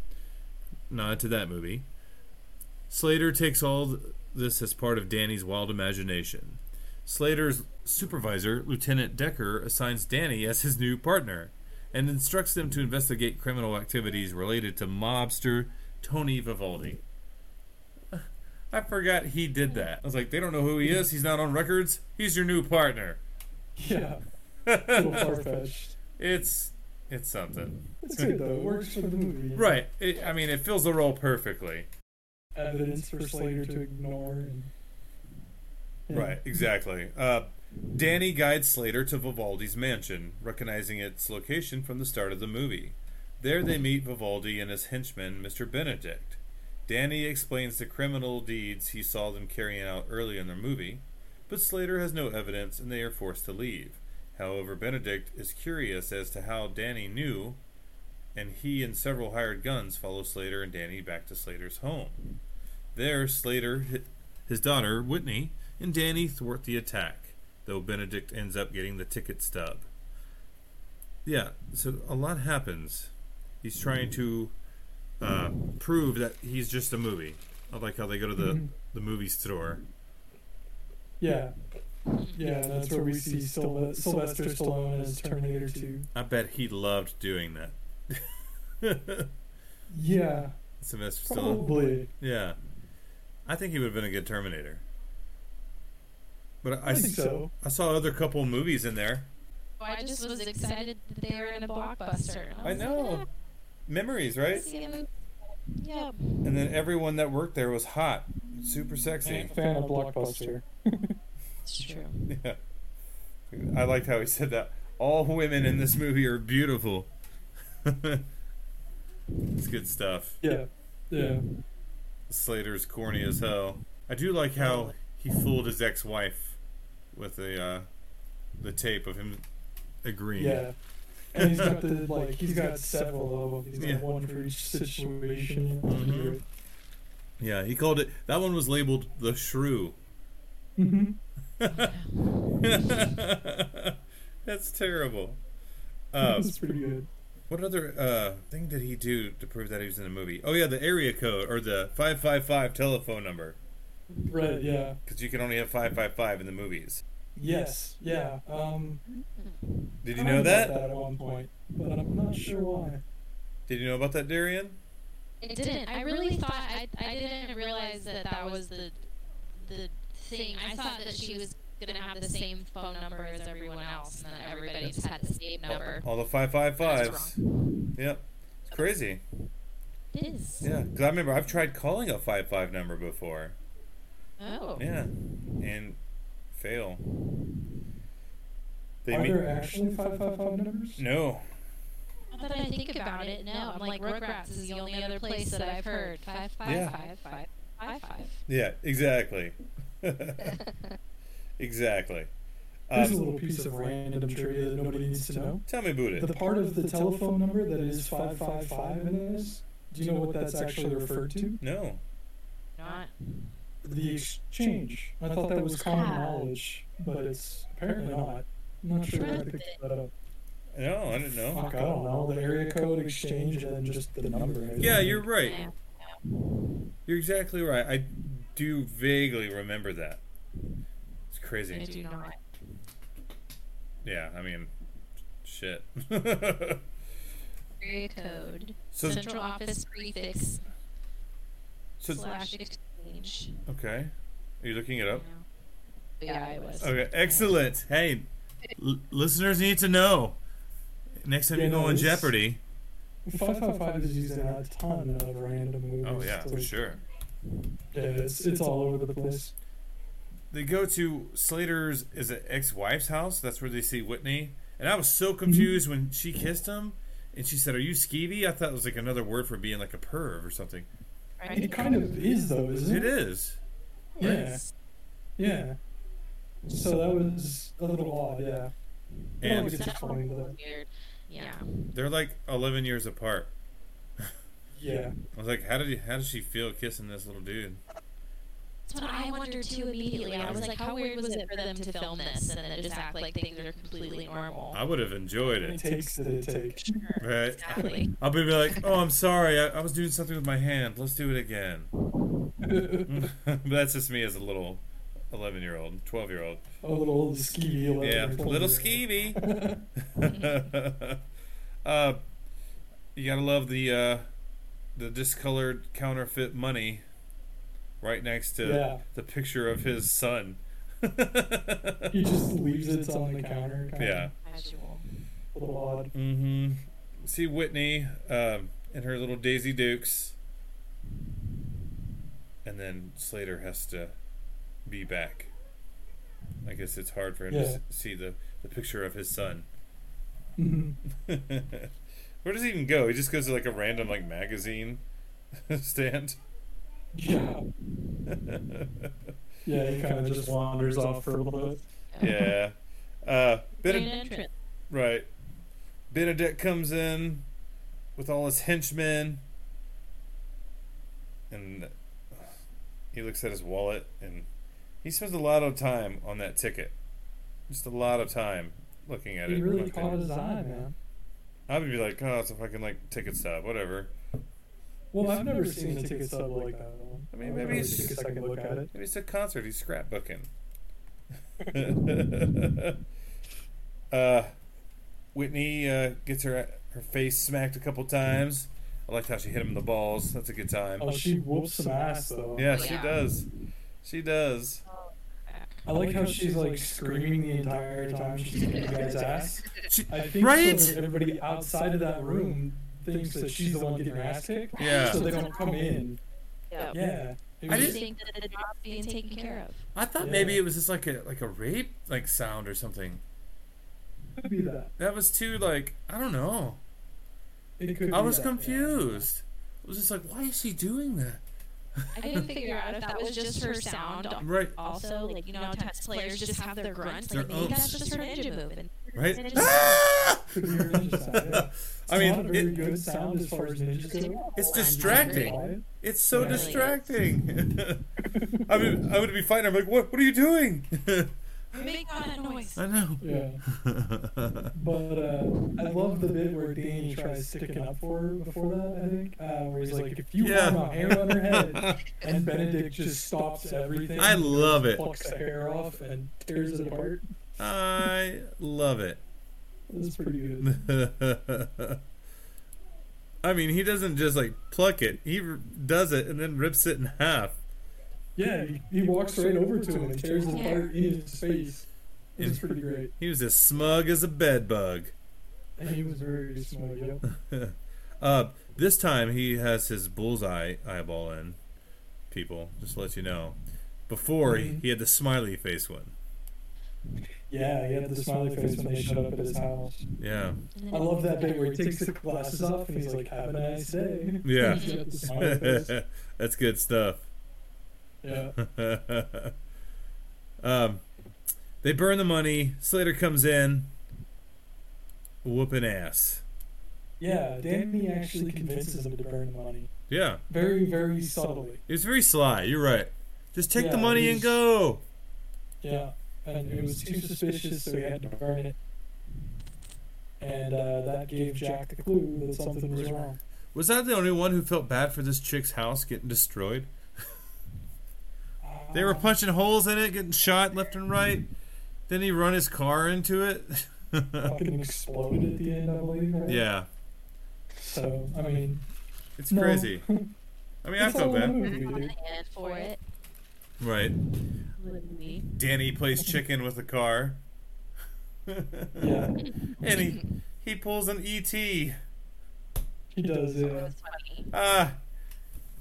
Nod to that movie. Slater takes all th- this as part of Danny's wild imagination. Slater's supervisor, Lieutenant Decker, assigns Danny as his new partner and instructs them to investigate criminal activities related to mobster Tony Vivaldi. *sighs* I forgot he did that. I was like, they don't know who he is. He's not on records. He's your new partner. *laughs* Yeah. It's a little far fetched. It's it's something, It's good though. It works for the movie. right? It, I mean, it fills the role perfectly. Evidence for Slater to ignore. And, Yeah. Right, exactly. Uh, Danny guides Slater to Vivaldi's mansion, recognizing its location from the start of the movie. There they meet Vivaldi and his henchman, Mr. Benedict. Danny explains the criminal deeds he saw them carrying out early in the movie, but Slater has no evidence and they are forced to leave. However, Benedict is curious as to how Danny knew, and he and several hired guns follow Slater and Danny back to Slater's home. There, Slater, hi- his daughter, Whitney, and Danny thwart the attack, though Benedict ends up getting the ticket stub. Yeah, so a lot happens. He's trying to uh, prove that he's just a movie. I like how they go to Mm-hmm. the, the movie store. Yeah. Yeah, and that's where we see Sylve- Sylvester Stallone as Terminator 2. I bet he loved doing that. *laughs* Yeah, Sylvester Stallone. probably. Yeah. I think he would have been a good Terminator. But I, I think so. I saw other couple movies in there. I just was excited that they were in a blockbuster. and I was like, know. Memories, right? "Let's see a movie." Yeah. And then everyone that worked there was hot, super sexy. I'm a fan of Blockbuster. It's true. *laughs* Yeah. I liked how he said that. All women in this movie are beautiful. *laughs* it's good stuff. Yeah. Yeah. Slater's corny as hell. I do like how he fooled his ex-wife with the uh, the tape of him agreeing. Yeah. And he's got the like he's got several of them. He's got Yeah. one for each situation. Mhm. Yeah, he called it. That one was labeled the shrew. *laughs* Mhm. That's terrible. Um, That's pretty good. What other uh, thing did he do to prove that he was in the movie? Oh yeah, the area code or the five five five telephone number, Right, yeah. because you can only have five five five in the movies. Yes, yeah. Um Did I you know about that? that at one point, but I'm not sure why. Did you know about that, Darian? I didn't. I really thought I, I didn't realize that that was the the thing. I thought that she was gonna have the same phone number as everyone else, and then everybody just had the same number. All the five five fives. Yep, it's crazy. It is. Yeah, because I remember I've tried calling a five five number before. Oh. Yeah, and fail. They Are mean there actually five five five numbers? no. Now that I think about it, no, I'm like Rugrats is the only other place that I've heard five five Yeah. five five five five. Yeah, exactly. *laughs* *laughs* exactly. Here's a Um, little piece of random trivia that nobody needs to know. tell me about it. The part of the telephone number that is 555 in this, do you know what that's actually referred to? no. Not. The exchange. I thought that was common knowledge, but it's apparently not. I'm not sure where I picked that up. No, I didn't know. Fuck, I don't know. The area code exchange and then just the number. I Yeah, think. you're right. Yeah. You're exactly right. I do vaguely remember that. It's I crazy. do not. Yeah, I mean, shit. *laughs* Area code. so, Central office prefix so slash exchange. okay. Are you looking it up? yeah, I was. Okay, excellent. Hey, l- listeners need to know. Next time Yeah, you go no, on it's- Jeopardy. Five Five Five is used in a ton of random movies. Oh yeah, It's for like- sure. Yeah, it's, it's all over the place. They go to Slater's is it ex-wife's house. That's where they see Whitney. And I was so confused when she kissed him, and she said, "Are you skeevy?" I thought it was like another word for being like a perv or something. It kind of is though, isn't It it? is. Yeah. Yeah. So that was a little odd. Yeah. I don't And think it's explained, but Weird. Yeah. they're like 11 years apart. yeah. I was like, how did he, how does she feel kissing this little dude? That's what I wondered too immediately. I was like, how weird was it for them to film this and then just act like things are completely normal? I would have enjoyed It it. takes that it takes. *laughs* Right? Exactly. I'll be like, oh, I'm sorry. I, I was doing something with my hand. Let's do it again. *laughs* but that's just me as a little 11 year old, 12 year old. A little skeevy. eleven Yeah, or twelve little year *laughs* skeevy. *laughs* uh, you gotta love the uh, the discolored counterfeit money right next to Yeah. the picture of his son. *laughs* old. He just leaves it on the counter. kinda. yeah. Casual. A little odd. Mm-hmm. See Whitney um, and her little Daisy Dukes, and then Slater has to be back. I guess it's hard for him to Yeah. s- see the, the picture of his son. Mhm. *laughs* Where does he even go? He just goes to like a random like magazine *laughs* stand. *laughs* Yeah. Yeah. He kind of just wanders off for a little bit. yeah. Uh, Weird Benedict, entrance. right. Benedict comes in with all his henchmen, and he looks at his wallet, and he spends a lot of time on that ticket. Just a lot of time looking at He it. really Like, caught his eye, man. I would be like, oh, it's a fucking like ticket stub, whatever. Well, I've never seen a ticket sub like that. one. I mean, I'll maybe probably it's- take a second look at it. Maybe it's a concert. He's scrapbooking. uh, Whitney uh, gets her her face smacked a couple times. I liked how she hit him in the balls. That's a good time. Oh, she whoops some ass though. yeah, she Yeah. does. She does. I like how she's like screaming the entire time she's kicking the guy's ass. She- I think right? so that everybody outside of that room thinks that she's the one getting her ass kicked, Yeah. so they don't come in. Yeah. Yeah. It I was- You didn't- think that the job's being taken care of. I thought Yeah. maybe it was just like a like a rape like sound or something. could be that. That was too like I don't know. It could I be was that, confused. I was just like, why is she doing that? I couldn't figure out if that was just her sound. Right. Also, like you know, how tennis players just have their grunts. Like Their maybe that's oops. just her ninja move. And Right. *laughs* And it just- Ah! Yeah. Could be her ninja sound, yeah. I it's not mean, a very it, good sound as far as ninjas go. it's One, distracting. Why? It's so Yeah. distracting. *laughs* I mean, I would be fighting. I'm like, what? What are you doing? *laughs* Make all that noise. I know. Yeah. But uh, I love the bit where Danny tries sticking up for her before that, I think, uh, where he's like, if you Yeah. want my hair on her *laughs* head, and Benedict just stops everything. *laughs* I love it. plucks the hair off and tears it apart. I love it. *laughs* That's pretty *laughs* good. I mean, he doesn't just like pluck it. He r- does it and then rips it in half. Yeah, he, he walks right over to him and tears it Yeah. apart in his face. It was Yeah. pretty great. He was as smug as a bed bug. And he was very smart, *laughs* yep. Uh, this time he has his bullseye eyeball in. People, just to let you know. Before he, Mhm. he had the smiley face one. Yeah, he had the smiley face when they showed up at his house. Yeah, I love that bit where he takes the glasses off and he's like, have a nice day. *laughs* yeah. He's got the *laughs* smiley *laughs* face. That's good stuff. *laughs* Yeah. um, they burn the money. Slater comes in, whooping ass. Yeah, Danny actually convinces him to burn the money. Yeah, Very, very subtly. it's very sly. You're right. Just take the Yeah, money and he's- go. Yeah, and it was too suspicious, so he had to burn it. And uh, that gave Jack the clue that something was wrong. Was I the only one who felt bad for this chick's house getting destroyed? *laughs* They were punching holes in it, getting shot left and right. Then he run his car into it. *laughs* *laughs* Fucking exploded at the end, I believe, right? yeah, So, I mean, it's No. *laughs* crazy. I mean, I it's all felt in the bad. movie, dude. And for it. Right. Wouldn't be. Danny plays chicken with a car. Yeah, And he, he pulls an E ET. he does. Yeah. That's funny. Ah,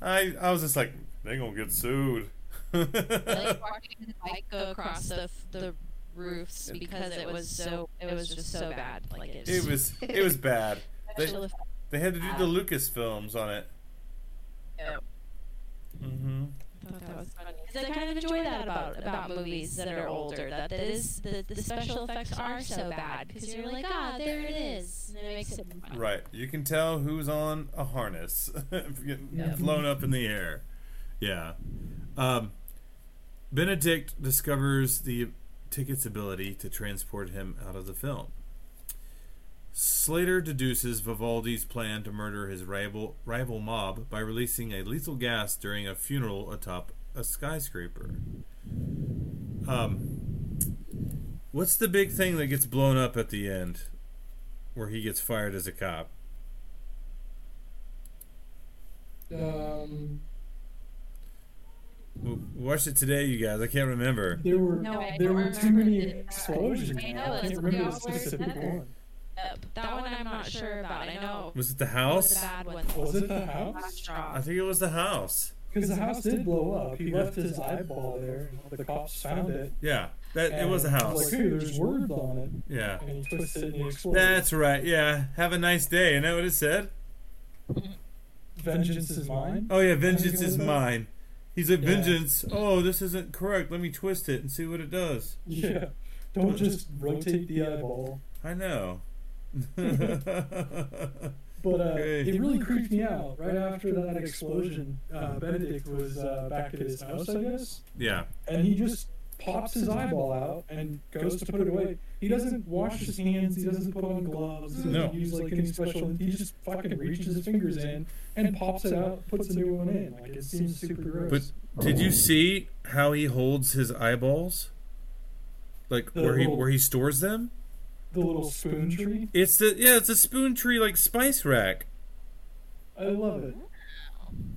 I I was just like, they gonna get sued. like watching his bike go across the f- the roofs because it was so it was just so bad. Like it, *laughs* it was it was bad. They, special effects. they had to do the Lucas films on it. Yeah. Mm-hmm. I thought that was funny. 'Cause I kind of enjoy that about about movies that are older. That that is the the special effects are so bad because you're like ah there it is and it makes it fun. Right. You can tell who's on a harness, *laughs* getting flown up in the air. Yeah. Um, Benedict discovers the ticket's ability to transport him out of the film. Slater deduces Vivaldi's plan to murder his rival rival mob by releasing a lethal gas during a funeral atop a skyscraper. Um, what's the big thing that gets blown up at the end, where he gets fired as a cop? Um, W- Watched it today, you guys. I can't remember. there were No, I there don't were too remember many the- explosions. I know, I it's can't remember like, the oh, where's specific that? one. Yep, That one I'm not sure about. I know Was it the it was a house? bad one. Was it the Last house? straw. I think it was the house. Because the house did blow up. He left his eyeball there. and The cops found it. Yeah, that it and was the house. Like, hey, there's words on it. Yeah, And he twisted it and he exploded. that's right. Yeah, have a nice day. Isn't that what it said? vengeance is mine. Oh yeah, vengeance it was is that. mine. He's like vengeance. Oh, this isn't correct. Let me twist it and see what it does. *laughs* Yeah. Don't just rotate the eyeball. I know. *laughs* But uh, Okay. it really creeped me out. Right after that explosion, uh, Benedict was uh, back at his house, I guess, yeah, and he just pops his eyeball out and goes to put it away. He doesn't wash his hands. He doesn't put on gloves. He doesn't No. use like any special. He just fucking reaches his fingers in and pops it out, puts a new one in. Like it seems super gross. but did you see how he holds his eyeballs? Like The where he little- where he stores them? the little spoon tree, It's the yeah, it's a spoon tree like spice rack. I love it.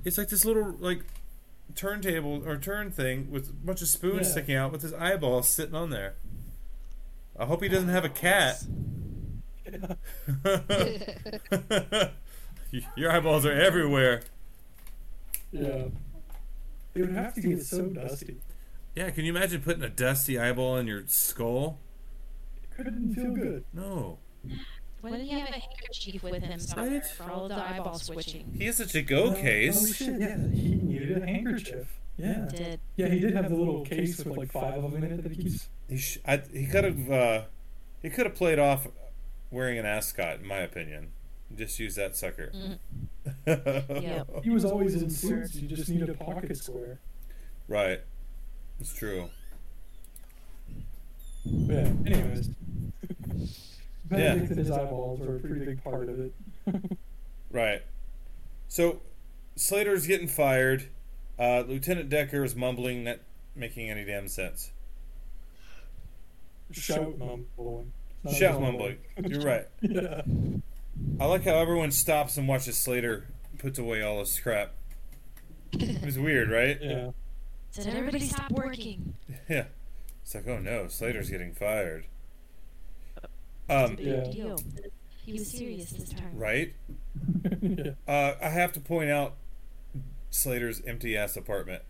It's like this little like turntable or turn thing with a bunch of spoons Yeah. sticking out with his eyeballs sitting on there. I hope he doesn't have *laughs* a cat. *laughs* Your eyeballs are everywhere. Yeah. It would have to get so dusty. Yeah, can you imagine putting a dusty eyeball in your skull? Couldn't feel good. No. When did he have a handkerchief with him somewhere Right? for all of the eyeball switching? He is such a go Oh case. shit! Yeah, he needed a handkerchief. Yeah. Did Yeah, he did have the little case with like five of them in it that he keeps. He, sh- I, he could have uh, he could have played off wearing an ascot, in my opinion. Just use that sucker. *laughs* Yep. He was always in suits. You just need a pocket square. Right. It's true. Yeah. *laughs* Anyways. Benedict Yeah. and his eyeballs were a pretty big part of it. Right. So Slater's getting fired. Uh, Lieutenant Decker is mumbling, not making any damn sense. Shout mumbling. Not Shout *laughs* mumbling. You're right. Yeah. I like how everyone stops and watches Slater puts away all his crap. It was weird, right? Yeah. *laughs* did everybody stop working? Yeah. It's like, oh no, Slater's getting fired. Um, Big Yeah. deal. He was serious this time. right? yeah. Uh, I have to point out Slater's empty ass apartment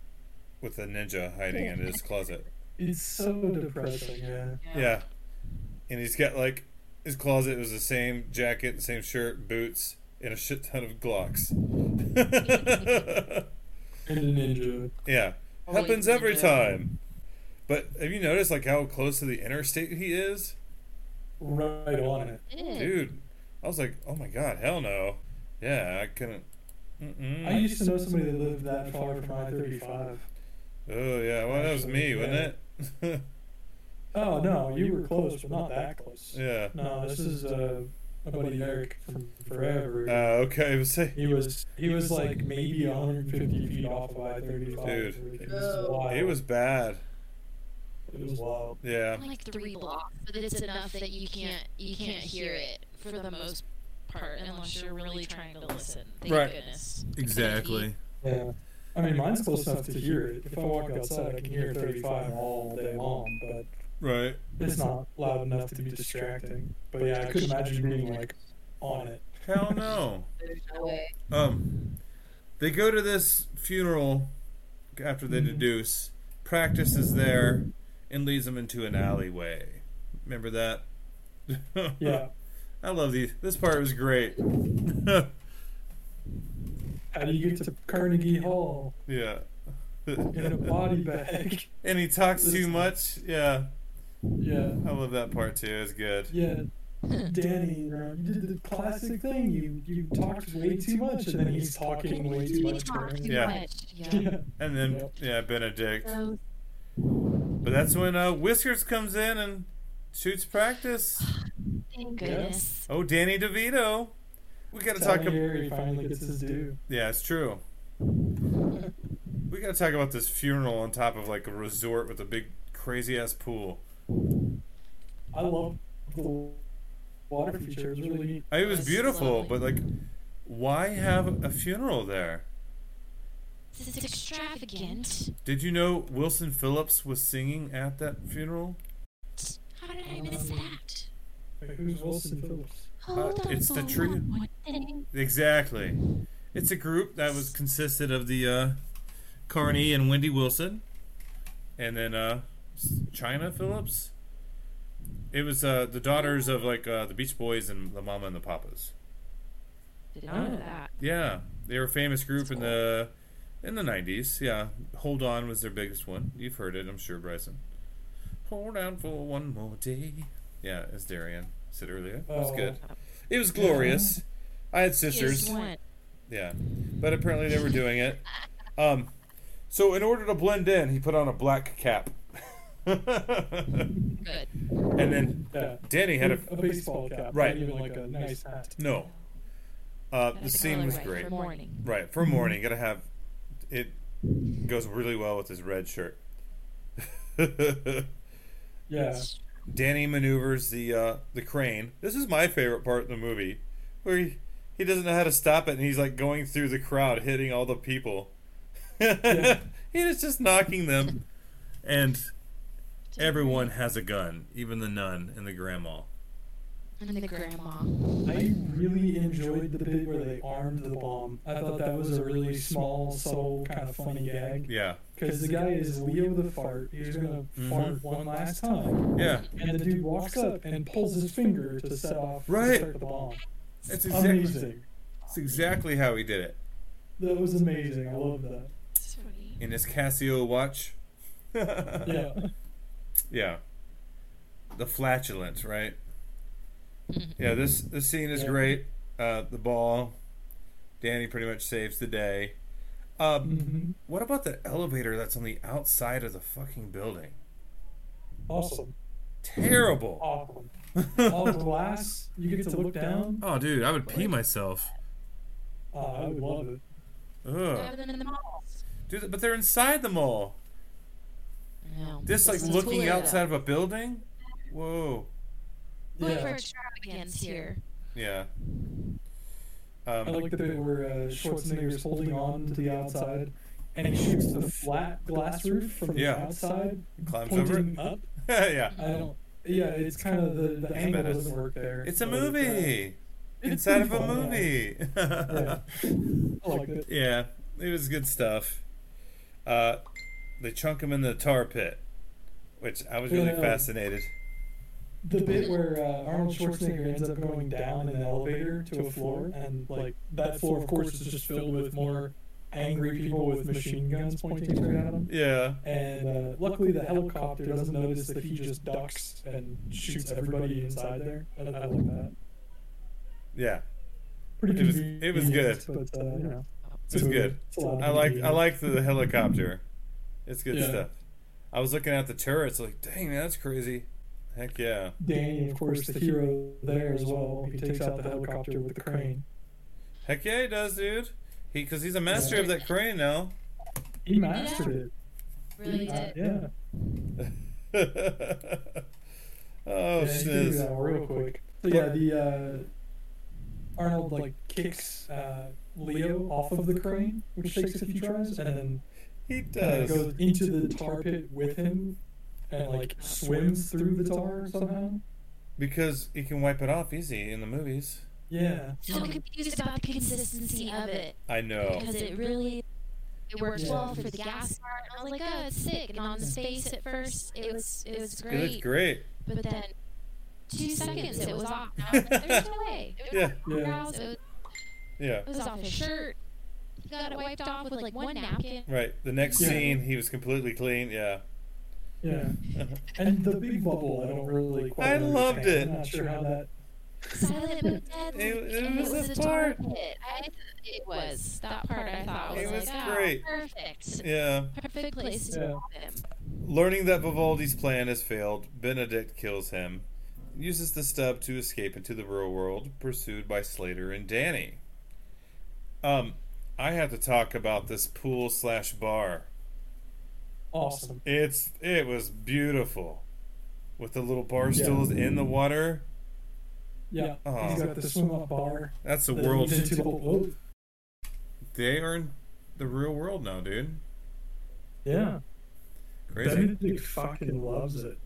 with a ninja hiding in his closet. It's so depressing. Yeah. Yeah. And he's got like his closet was the same jacket, same shirt, boots, and a shit ton of Glocks. *laughs* And a ninja. yeah. Always Happens every ninja. time. But have you noticed like how close to the interstate he is? Right on it. Hmm. Yeah. Dude, I was like, "Oh my god, hell no." Yeah, I couldn't I Mm-mm. used to know somebody that lived that far from I-35. Oh yeah, well that was me, wasn't it? *laughs* Oh no, you were close, but not that close. yeah. No, this is uh, my buddy Eric from forever. Uh, okay, *laughs* it was he was he was like maybe 150 feet off of I-35. Dude. it was wild. it was bad. it was wild. Yeah. Oh Like three blocks, but it's enough that you can't you can't hear it for the most part unless you're really trying to listen. Thank Right. goodness. Exactly. Yeah. I mean, mine's close enough to hear it. If I walk outside, I can hear 35 all day long, but Right. it's not loud enough to be distracting. But yeah, I could imagine being like on it. Hell no. There's no way. Um, they go to this funeral after Mm-hmm. they deduce. Practice is there and leads them into an alleyway. Remember that? *laughs* Yeah. I love these. This part was great. *laughs* How do you get to Carnegie Hall yeah. *laughs* in a body bag? and he talks too much. Yeah. Yeah. I love that part too. It's good. Yeah. Danny, you know, you did the classic thing. You you talked way too much, and then he's talking way too much. during it. Yeah. *laughs* Yeah. And then, Yep. yeah, Benedict. So But that's when uh, Whiskers comes in and shoots practice. Thank goodness. Oh, Danny DeVito. We got to talk. Tommy Ab- Harry finally gets his due. yeah, it's true. We got to talk about this funeral on top of like a resort with a big crazy ass pool. I love the water feature. It was really neat. It was That's beautiful, lovely. but like, why have a funeral there? This is extravagant. Did you know Wilson Phillips was singing at that funeral? How did I miss Um, that? Like, who's Wilson Phillips? Hold on uh, it's the for tree- one more thing. Exactly. It's a group that was consisted of the uh, Carney and Wendy Wilson, and then uh, s- China Phillips. It was uh, the daughters of like uh, the Beach Boys and the Mama and the Papas. Did Oh. not know that. Yeah, they were a famous group in the in the nineties. Yeah, Hold On was their biggest one. You've heard it, I'm sure, Bryson. Hold on for one more day. Yeah, as Darian said earlier, it was Oh. good. It was glorious. I had sisters. Just one. Yeah, but apparently they were doing it. Um, so in order to blend in, he put on a black cap. *laughs* and Good. then Yeah. Danny had a a baseball cap, Right. Not even like a nice hat. no. Uh, Gotta the scene color was right great. For morning. Right Mm-hmm. for morning, gotta have it goes really well with his red shirt. *laughs* Yeah. Danny maneuvers the uh, the crane. This is my favorite part of the movie, where he, he doesn't know how to stop it, and he's like going through the crowd, hitting all the people. *laughs* he is just knocking them, and everyone has a gun, even the nun and the grandma. And the grandma. I really enjoyed the bit where they armed the bomb. I thought that was a really small, subtle, kind of funny gag. Yeah, Because the guy is Leo the fart. He's gonna fart one last time, yeah, and the dude walks up and pulls his finger to set off to Right. start the bomb. that's exactly Amazing. that's exactly how he did it That was amazing. I love that. Sweet. in his Casio watch. *laughs* Yeah. Yeah. The flatulence, right? yeah, this this scene is Yeah. great. Uh, the ball. Danny pretty much saves the day. Um, hmm What about the elevator that's on the outside of the fucking building? Awesome. Mm-hmm. Terrible. Awesome. All glass. You get to look down. *laughs* Oh, dude, I would pee myself. Uh, I would love it. Ugh. Have them in the mall. Dude, but they're inside the mall. No. This, like, is looking cooler. outside of a building? Whoa. Look for Yeah. extravagance here. Yeah. I Um, like the bit where uh, Schwarzenegger's holding on to the outside, and he shoots the flat glass roof from the Yeah. outside, climbs over *laughs* it. pointing up. yeah. I don't. Yeah, it's kind of the, the angle it's- doesn't work there. It's a but, uh, movie. it's Inside of pretty a fun, yeah. movie. Yeah. *laughs* *laughs* I like it. Yeah, it was good stuff. Uh, they chunk him in the tar pit, which I was really Yeah. fascinated. The bit where uh, Arnold Schwarzenegger ends up going down in an elevator to a floor, and like that floor, of course, is just filled with more angry people with machine guns pointing straight at him. Yeah, And uh, luckily, the helicopter doesn't notice that he just ducks and shoots everybody inside there. And I like that. yeah, Pretty It was- convenient, it was good. But, uh, you know, it was good. It's a lot of I like I convenience. like the helicopter. It's good Yeah. stuff. I was looking at the turrets, like, dang, man, that's crazy. Heck yeah, Danny, of course, the hero there as well. He takes out the helicopter with the crane. heck yeah, he does, dude. He because he's a master of that crane now. He mastered it. Really Uh, did. yeah. *laughs* oh yeah, he can do shiz. that real quick. So yeah, the uh, Arnold like kicks uh, Leo off of the crane, which takes a few tries, and then He kinda does. goes into the tar pit with him and like swims through the tar somehow. Because he can wipe it off easy in the movies. Yeah. So confused about the consistency of it I know. because it really it worked Yeah. well for the gas part. I was like, oh, it's sick. And on the space at first, it was it was It looks great. great. But then two seconds, it was off. And I was like, There's no way. It was Yeah. off her Yeah. brows, It was, Yeah. it was off his shirt. He got it wiped off with like one *laughs* napkin. Right. The next Yeah. scene, he was completely clean. Yeah. *laughs* Yeah. And the big bubble, I don't really quite I loved understand. it. I'm not sure how that Silent but deadly. It- it and was a a tar part. pit. I, it was that part. I thought was, It was like, great. Oh, perfect. Yeah. Perfect place to Yeah. drop him. Learning that Vivaldi's plan has failed, Benedict kills him, and uses the stub to escape into the real world, pursued by Slater and Danny. Um, I have to talk about this pool slash bar. awesome. It's it was beautiful, with the little bar stools in the water. Yeah. Oh. He's got the swim up bar. That's the that he world. leads into the oh, They are in the real world now, dude. Yeah. Crazy. Benedict fucking loves it.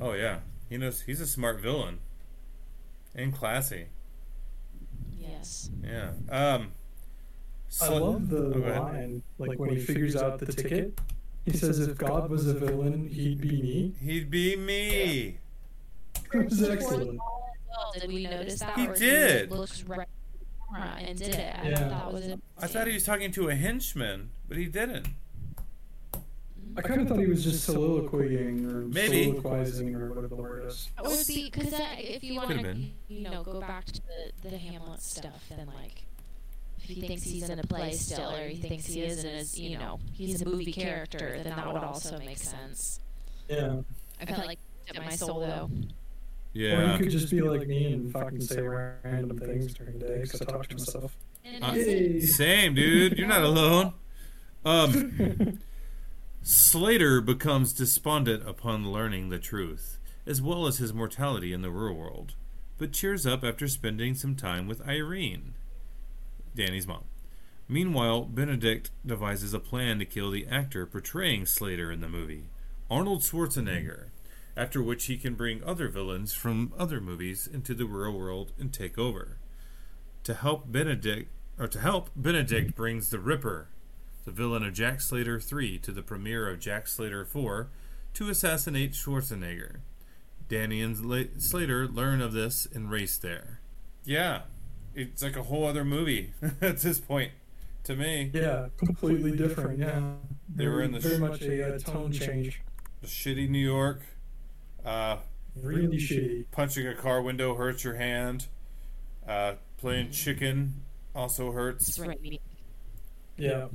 Oh yeah, he knows. He's a smart villain, and classy. Yes. Yeah. Um. I Sla- love the Oh, go ahead. line, like when he figures out the ticket. He says, "If God was a villain, he'd be me." *laughs* He'd be me. It was Before the excellent. ball as well, Did we notice that? He or did. He looks right at the camera and did it. I Yeah. thought that was it. I thought he was talking to a henchman, but he didn't. I kind of thought he was just soliloquying or Maybe. soliloquizing or whatever the word is. That would be because if you want Could've to, been. you know, go back to the, the Hamlet stuff, then like, if he thinks he's in a play still, or he thinks he is in his, you know, he's a movie character, then that would also make sense. Yeah. I felt like at my soul though. Or he could just be like me and fucking say random things during the day because I talk to myself. Uh, Yay. Same, dude. You're not alone. Um, Slater becomes despondent upon learning the truth, as well as his mortality in the real world, but cheers up after spending some time with Irene, Danny's mom. Meanwhile, Benedict devises a plan to kill the actor portraying Slater in the movie, Arnold Schwarzenegger, after which he can bring other villains from other movies into the real world and take over to help Benedict or to help Benedict brings the Ripper, the villain of Jack Slater 3 to the premiere of Jack Slater 4 to assassinate Schwarzenegger. Danny and Sla- Slater learn of this and race there. Yeah, it's like a whole other movie *laughs* at this point to me. Yeah, completely different. Yeah. They were in the very sh- much a, uh tone change. Shitty New York, uh, Really shitty. punching a car window hurts your hand. Uh, playing chicken also hurts. Right, meaning Yeah.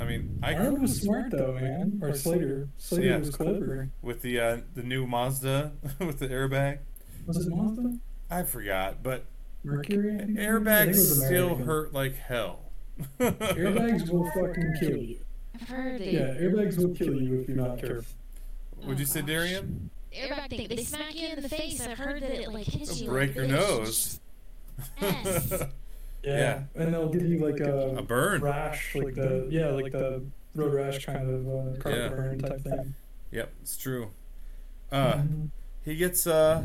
I mean, I Arnold was smart though, man. Or Slater. Slater Yeah. was clever. with the uh, the new Mazda *laughs* with the airbag. Was it Mazda? I forgot, but Mercury? I think? I think airbags it was still American. hurt like hell. Airbags *laughs* will fucking kill you. I've heard they, Yeah, airbags will kill you if you're not careful. Would you say Darian? airbag thing. They smack you in the face. I've heard that it like hits you. Break like your this. nose. Yes. Yeah. and they'll give you like a, A burn. rash, like the yeah, like the road rash kind of uh, car Yeah. burn type thing. *laughs* Mm-hmm. Yep, it's true. Uh, he gets uh,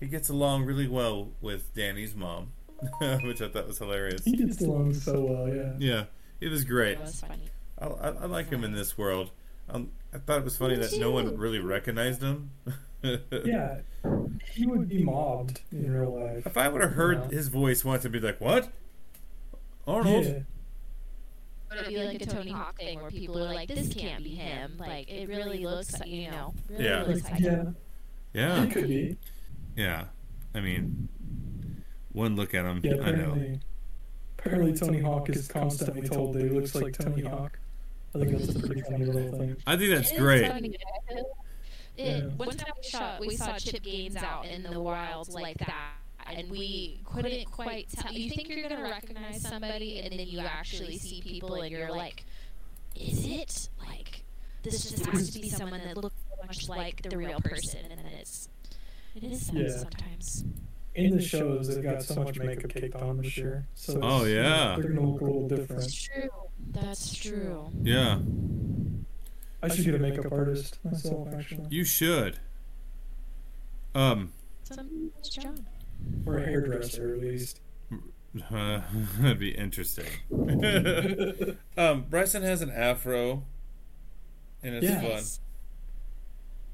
he gets along really well with Danny's mom, *laughs* which I thought was hilarious. He gets along so well, yeah. Yeah, it was great. That was funny. I, I, I like him in this world. Um, I thought it was funny that no one really recognized him. *laughs* Yeah, he would be mobbed in real life. If I would have heard Yeah. his voice once, I'd be like, "What, Arnold?" Yeah, Would it be like a Tony Hawk thing where people are like, "This can't be him. Like it really looks, like, you know, really Yeah. looks like him." yeah, Yeah, he could be. yeah. I mean, one look at him, Yeah, I know. apparently, apparently Tony Hawk is constantly told that he looks like Tony Hawk. I think that's a pretty funny little thing. I think that's It is great. funny. Yeah. It, one time we shot, we saw Chip Gaines out in the wild like that, and we couldn't quite tell. You think you're gonna recognize somebody, and then you actually see people, and you're like, "Is it like this? Just has to be someone that looks so much like the real person." And then it's it is sad Yeah. sometimes. in the shows they've got so much makeup caked on this year. So Oh, it's- yeah. they're gonna look a little different. true. That's true. Yeah, I should get a makeup artist myself, actually, you should. Um, *laughs* Some job. or a hairdresser at least. Uh, that'd *laughs* be interesting. um, Bryson has an afro, and it's Yeah. fun. Nice.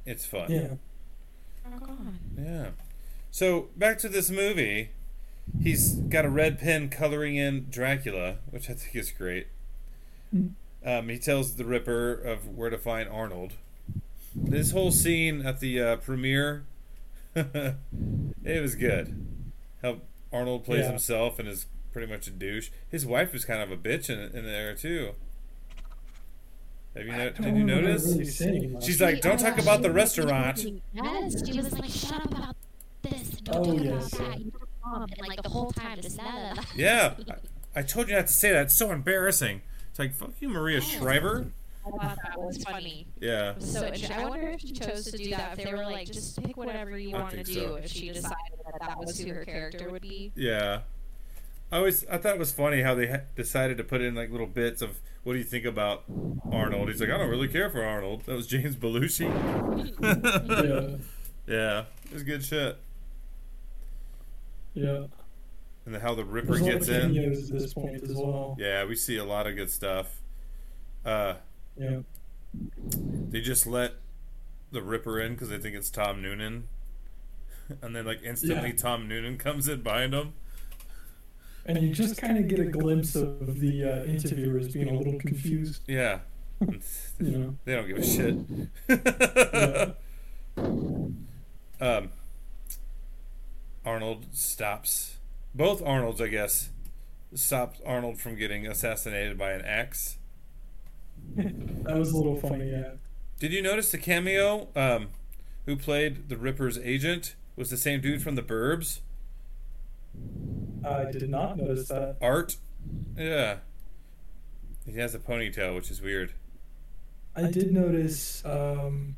It's fun. Yeah, Rock on. Yeah. So back to this movie, he's got a red pen coloring in Dracula, which I think is great. Hmm. Um, he tells the Ripper of where to find Arnold. This whole scene at the uh, premiere, *laughs* it was good. How Arnold plays Yeah. himself and is pretty much a douche. His wife is kind of a bitch in, in there too. Have you no- did you remember notice? really saying much. She's like, "Don't talk about the restaurant." Yes, she was like, shut up about this. and Don't Oh, talk yes, about yeah. that. You don't mom. And like the whole time, just that. Yeah, I, I told you not to say that. It's so embarrassing. It's like fuck you, Maria Shriver. I thought that was funny. Yeah, So interesting. I wonder if she chose to do that. If they were like, just pick whatever you I want to think do. so. If she decided that that was who her character would be. yeah. I always I thought it was funny how they ha- decided to put in like little bits of what do you think about Arnold? He's like, I don't really care for Arnold. That was James *laughs* Belushi. yeah, yeah, it was good shit. yeah. And then how the Ripper There's a lot of gets in. cameos at this point as well. Yeah, we see a lot of good stuff. Uh, Yeah, they just let the Ripper in because they think it's Tom Noonan, *laughs* and then like instantly Yeah. Tom Noonan comes in behind him. and you just kind of get a glimpse of the uh, interviewers being a little confused. Yeah. *laughs* You know, They don't give a shit. *laughs* um, Arnold stops. Both Arnolds, I guess, stopped Arnold from getting assassinated by an axe. that was a little funny. Yeah. Did you notice the cameo? Um, who played the Ripper's agent was the same dude from The Burbs, I did not notice that. Art. Yeah. He has a ponytail, which is weird. I did notice um,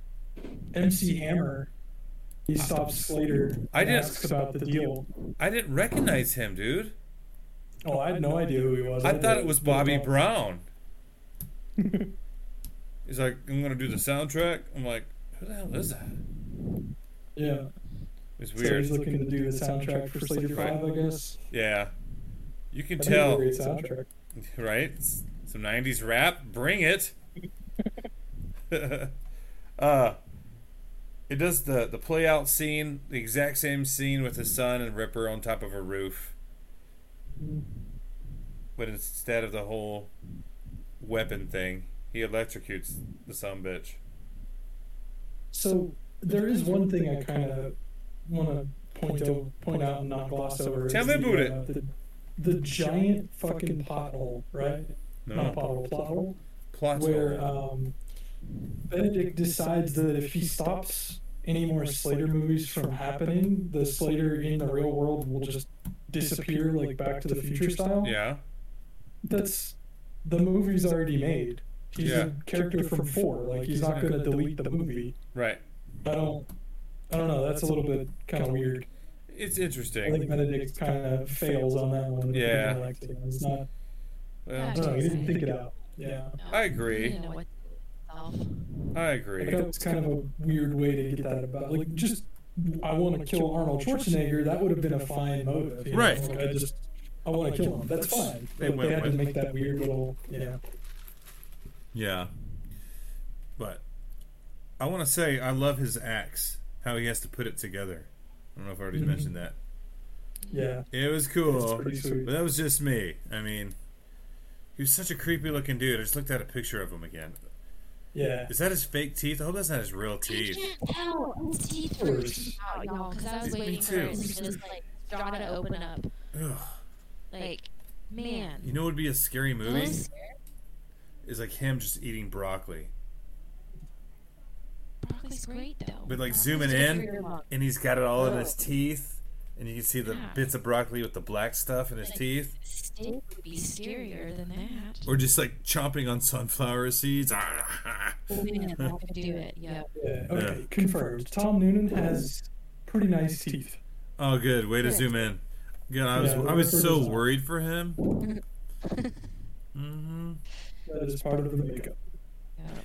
MC Hammer. He stops Slater. Ah. I and didn't- asks about the deal. I didn't recognize him, dude. Oh, I had no idea who he was. I thought it was Bobby Brown. Brown. He's like, I'm gonna do the soundtrack. I'm like, who the hell is that? yeah. It's So he's weird. looking to do the soundtrack for Slater Right. Five, I guess. Yeah, you can That'd be a tell, great soundtrack. *laughs* right? It's Some '90s rap, bring it. *laughs* uh, it does the the play out scene, the exact same scene with the sun and Ripper on top of a roof, but instead of the whole weapon thing, he electrocutes the son bitch. So there is one thing I kind of want to point out, point out, and not gloss over. is Tell me the, about uh, The, the giant fucking pothole, right? Not No, pothole, plot hole. plot where um, Benedict decides that if he stops any more Slater movies from happening, the Slater in the real world will just disappear, like Back to the Future style. Yeah. That's the movie's already made. He's Yeah. a character from four. Like he's not going to delete the movie. Right. I don't. I don't know. That's a little bit kind of weird. I It's think interesting. Benedict kind of fails on that one. Yeah. Like, It's not. I Well, don't know. He didn't think it out. Yeah. I agree. You know what? Self. I I agree. thought it was kind of a weird way to get that about. Like, just I want to kill Arnold Schwarzenegger. That would have been a fine motive. you know? Right. Like, I just I want to kill him. That's fine. They But went they had with to it. make that weird little. Yeah. Yeah. But I want to say I love his axe, how he has to put it together. I don't know if I already Mhm. mentioned that. Yeah. It was cool, It's pretty sweet. but that was just me. I mean, he was such a creepy looking dude. I just looked at a picture of him again. Yeah. Is that his fake teeth? I hope that's not his real I teeth. can't tell. His teeth were Worse. out, y'all, because I was Me waiting for too. it to just like jaw to open up. Ugh. Like, man. You know what would be a scary movie? Those- Is like him just eating broccoli. Broccoli's great though. But like Broccoli's zooming good for in, your lungs. and he's got it all in his teeth, and you can see the Yeah. bits of broccoli with the black stuff in his teeth. Steak would be scarier than that. or just like chomping on sunflower seeds. *laughs* Man, I could do it. Yep. Yeah. Okay. Confirmed. Tom Noonan has pretty nice teeth. Oh, good. Way to zoom in. Good. I was Yeah, I was we're so just- worried for him. hmm That is part of the makeup.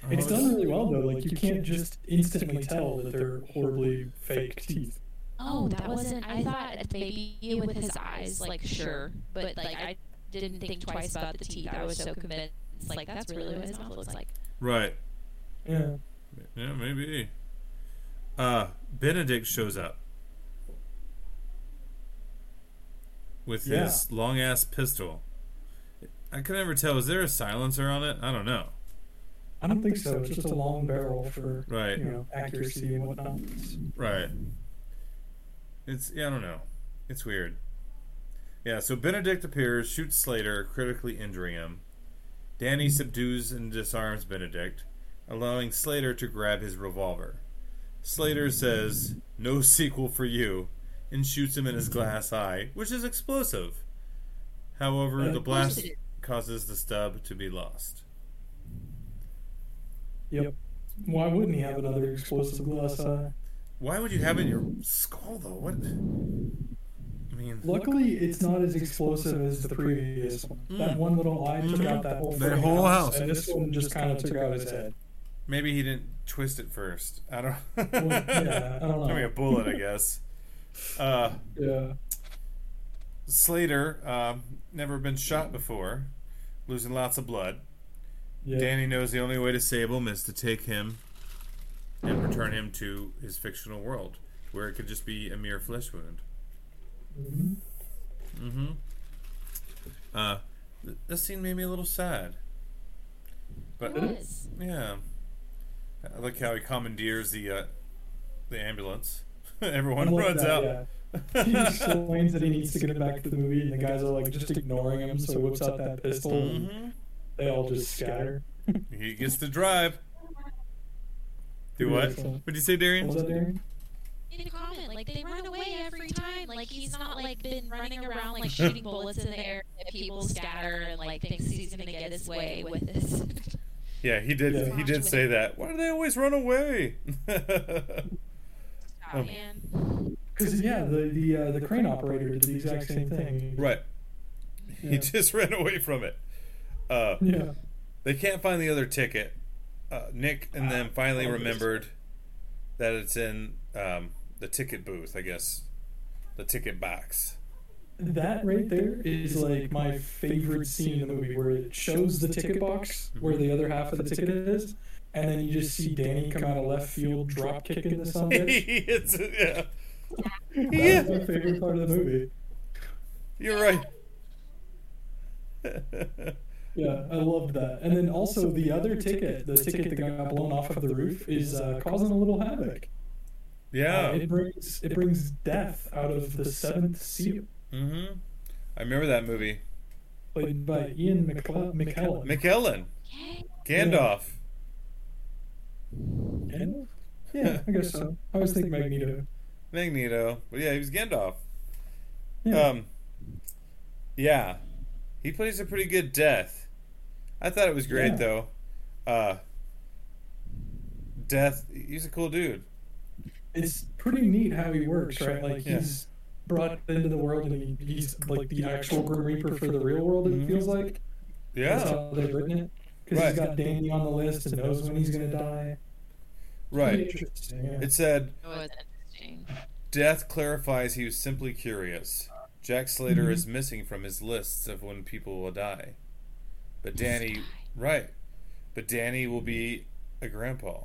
I It's was- done really well though. Like you can't just instantly tell that they're horribly fake teeth. Oh, that wasn't. I thought it maybe with his eyes, like sure, but like I didn't think twice about the teeth. I was so convinced, like that's really what his mouth looks like. Right. Yeah. Yeah, maybe. Uh, Benedict shows up with Yeah. his long ass pistol. I can never tell. Is there a silencer on it? I don't know. I don't think so. It's just a long barrel for Right. you know accuracy and whatnot. Right. It's yeah, I don't know. It's weird. Yeah, so Benedict appears, shoots Slater, critically injuring him. Danny subdues and disarms Benedict, allowing Slater to grab his revolver. Slater says, "No sequel for you," and shoots him in his glass eye, which is explosive. However, Uh, the of course blast it is. causes the stub to be lost. Yep. Why wouldn't he have another explosive glass eye? Why would you have it in your skull though? What? I mean, Luckily, it's not as explosive as the previous one. That Mm. one little eye took Mhm. out that whole That friggin' whole house. and this one just kind of took out his *laughs* head. Maybe he didn't twist it first. I don't. *laughs* Well, yeah, I don't know. I mean, a bullet, I guess. Uh, Yeah. Slater, um, never been shot before, losing lots of blood. Yeah. Danny knows the only way to save him is to take him and return him to his fictional world, where it could just be a mere flesh wound. Mhm. Mm-hmm. Uh, th- this scene made me a little sad. But It is. Yeah. I like how he commandeers the uh, the ambulance. *laughs* Everyone I love runs that, out. yeah. He *laughs* explains that he needs to get back to the movie, and the guys are like just ignoring him. So he whips out that pistol, and Mhm. they all just scatter. He gets to drive. Do Yeah, what? so- What'd you say, Darian? What was that, Darren? In a comment, like they run away every time. Like he's not like been running around like shooting bullets in the air at people scatter and like thinks he's gonna get his way with this. Yeah, he did. Yeah. He did say that. Why do they always run away? *laughs* Oh, man. Because yeah, the the uh, the crane operator did the exact same thing. right. He Yeah. just *laughs* ran away from it. Uh, Yeah. They can't find the other ticket. Uh, Nick and them finally obviously. remembered that it's in um, the ticket booth, I guess, the ticket box. *laughs* That right there is like my favorite scene in the movie where it shows the ticket box where the other half of the ticket is, and then you just see Danny come out of left field drop kicking the sun. That's it's, yeah, my favorite part of the movie. you're right. Yeah, I loved that. And then also the other ticket, the ticket that got blown off of the roof, is uh, causing a little havoc. Uh, *laughs* yeah. it brings it brings death out of the seventh seal, Mm-hmm. I remember that movie. played by Ian McCle- McKellen. McKellen, Yay. Gandalf. McKellen? Yeah, I guess so. I always think Magneto. Magneto. But yeah, he was Gandalf. Yeah. Um, yeah, he plays a pretty good death. I thought it was great Yeah. though. Uh, death. He's a cool dude. it's pretty neat how he works, right? Like Yeah. he's brought into the world and he, he's like the actual Grim Reaper for the real world. It Mhm. feels like that's Yeah. how they've written it because Oh. Right. he's got Danny on the list and knows when he's gonna die. Pretty Right. Interesting. Yeah. It said That was interesting. death clarifies he was simply curious. Jack Slater is missing from his lists of when people will die. But Danny, right. But Danny will be a grandpa.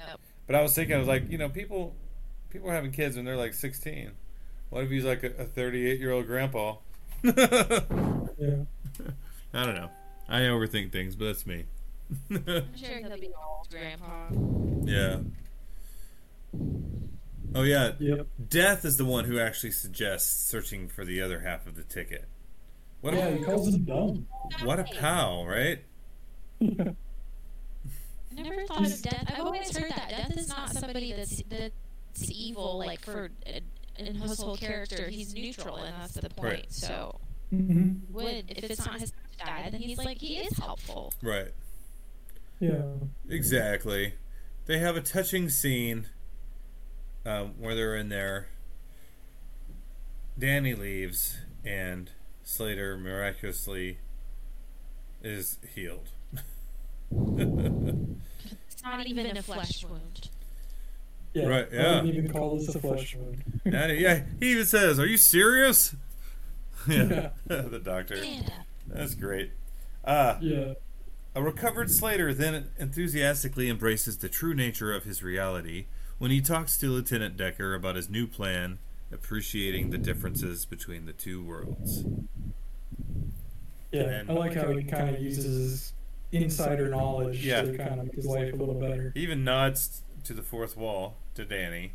Yep. But I was thinking, I was like, you know, people, people are having kids when they're like 16. What if he's like a 38 year old grandpa? *laughs* I yeah. don't know. I overthink things, but that's me. *laughs* I'm sure he'll be old, Grandpa. yeah. Oh yeah, Yep. Death is the one who actually suggests searching for the other half of the ticket. What Yeah, a he calls him *laughs* dumb. what a pal, right? Yeah. I never thought of death. I've always heard that death is not somebody that's that's evil, like for an- in his whole character. He's neutral, and that's the point. Right. So hmm would if it's not his time to die, then he's like he is helpful. Right. Yeah. Exactly. They have a touching scene um, where they're in there, Danny leaves, and Slater miraculously is healed. It's not even a flesh wound. Yeah, Right, I yeah. wouldn't even call this a flesh wound. *laughs* Daddy, yeah, he even says, "Are you serious?" *laughs* Yeah, *laughs* the doctor. Stand up. That's great. Uh, Yeah. A recovered Slater then enthusiastically embraces the true nature of his reality when he talks to Lieutenant Decker about his new plan, appreciating the differences between the two worlds. Yeah, And- I like how he kind of uses insider knowledge Yeah. to kind of make his life a little better. He even nods to the fourth wall to Danny.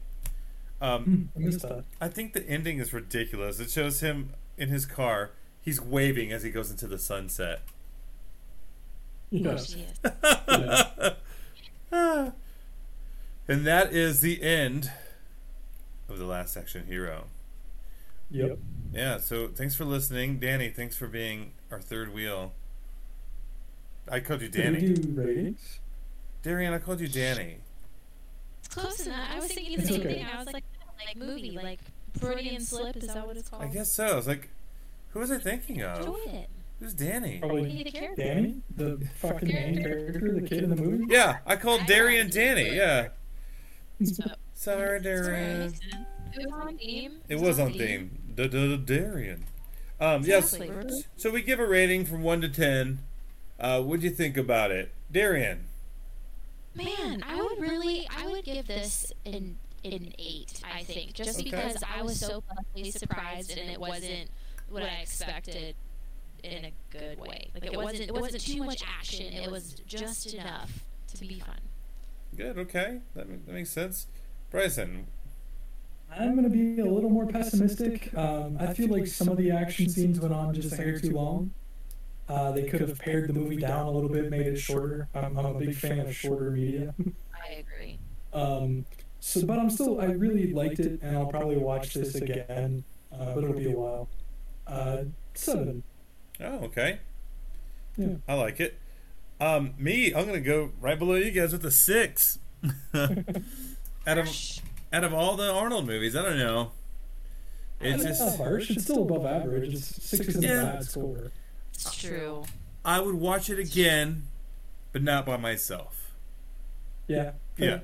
Um, Hmm, I missed that. I think the ending is ridiculous. It shows him in his car. He's waving as he goes into the sunset. *laughs* Yeah. She is. yeah. Ah. And that is the end of the last section hero. Yep. Yeah, so thanks for listening. Danny, thanks for being our third wheel. I called you Did we Danny. do ratings? Darian, I called you Danny. It's close enough. I was thinking the It's same okay. thing. I was like, like movie, like Freudian slip. Is that what it's called? I guess so. I was like, who was I thinking of? Enjoyed it. Who's Danny? Hey, Probably the character. Danny, the fucking main character, the kid in the movie. Yeah, I called I Darian called Danny. you. Yeah. Sorry, Sorry, Darian. makes sense. It was on theme. It was on theme. Darian. Um, yes. Exactly. So we give a rating from 1 to 10. Uh, what'd you think about it? Darian. Man, I would really, I would give this an an eight. I think just Okay. because I was so pleasantly surprised and it wasn't what I expected in a good way. Like it wasn't, it wasn't too much action. It was just enough to be fun. Good, okay. That, ma- that makes sense. Bryson. I'm gonna be a little more pessimistic. Um, I feel like some of the action scenes went on just a hair too long. Uh, they could have pared the movie down a little bit, made it shorter. I'm, I'm a big fan of shorter *laughs* media. I agree. Um, so, but I'm still, I really liked it, and I'll probably watch this again, uh, but it'll be a while. Uh, seven. Oh, okay. Yeah. I like it. Um, me, I'm gonna go right below you guys with a six. *laughs* out of out of all the Arnold movies, I don't know. It's It's not just harsh. It's still above average. It's six isn't Yeah. a bad score. It's true. I would watch it again, but not by myself. Yeah. Yeah,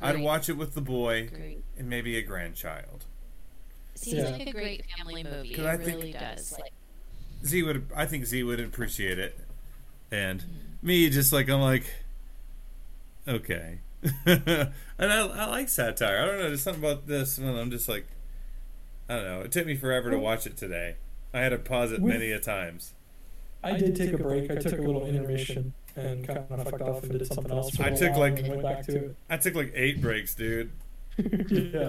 I'd Great. watch it with the boy Great. and maybe a grandchild. Seems Yeah. like a great family movie. It I think- really does. Like, Z would, I think Z would appreciate it, and me just like I'm like, okay, *laughs* and I, I like satire. I don't know, there's something about this one. I'm just like, I don't know. It took me forever to watch it today. I had to pause it With- many a times. I did take a break. I took a little intermission and kind of fucked off and did something else. For a I took, while like- and went back to I took like eight breaks, dude. it. yeah.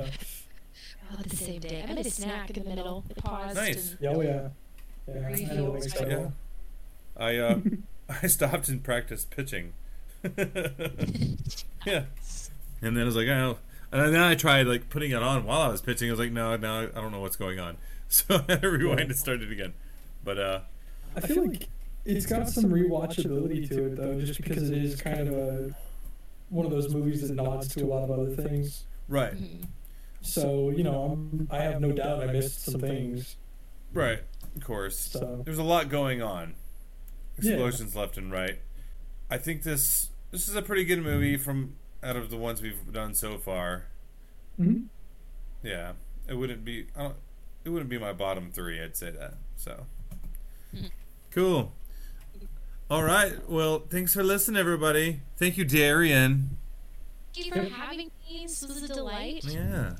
all oh, the same day. I made a snack in the middle. Paused. Nice. And Yeah. Oh yeah. Yeah. I Refuel know it makes was right. sense. Yeah. I uh, I stopped and practiced pitching. *laughs* yeah, and then I was like, oh, and then I tried like putting it on while I was pitching. I was like, no, no, I don't know what's going on. *laughs* So I rewind and started again. But uh, I feel like it's got some rewatchability to it though, just because it is kind of a one of those movies that nods to a lot of other things. right, So you know, I'm, I have no doubt I missed some things. right, of course. So- There's a lot going on. Yeah. Explosions left and right. I think this this is a pretty good movie Mm-hmm. from out of the ones we've done so far. Mhm. Yeah, it wouldn't be. I don't, it wouldn't be my bottom three. I'd say that. So, cool. All right. Well, thanks for listening, everybody. Thank you, Darian. Thank you for having me. This was a delight. Yeah.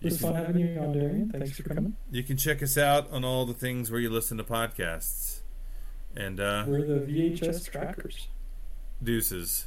It was fun having you on, Darian. Thanks for coming. You can check us out on all the things where you listen to podcasts. And uh, We're the VHS trackers. deuces.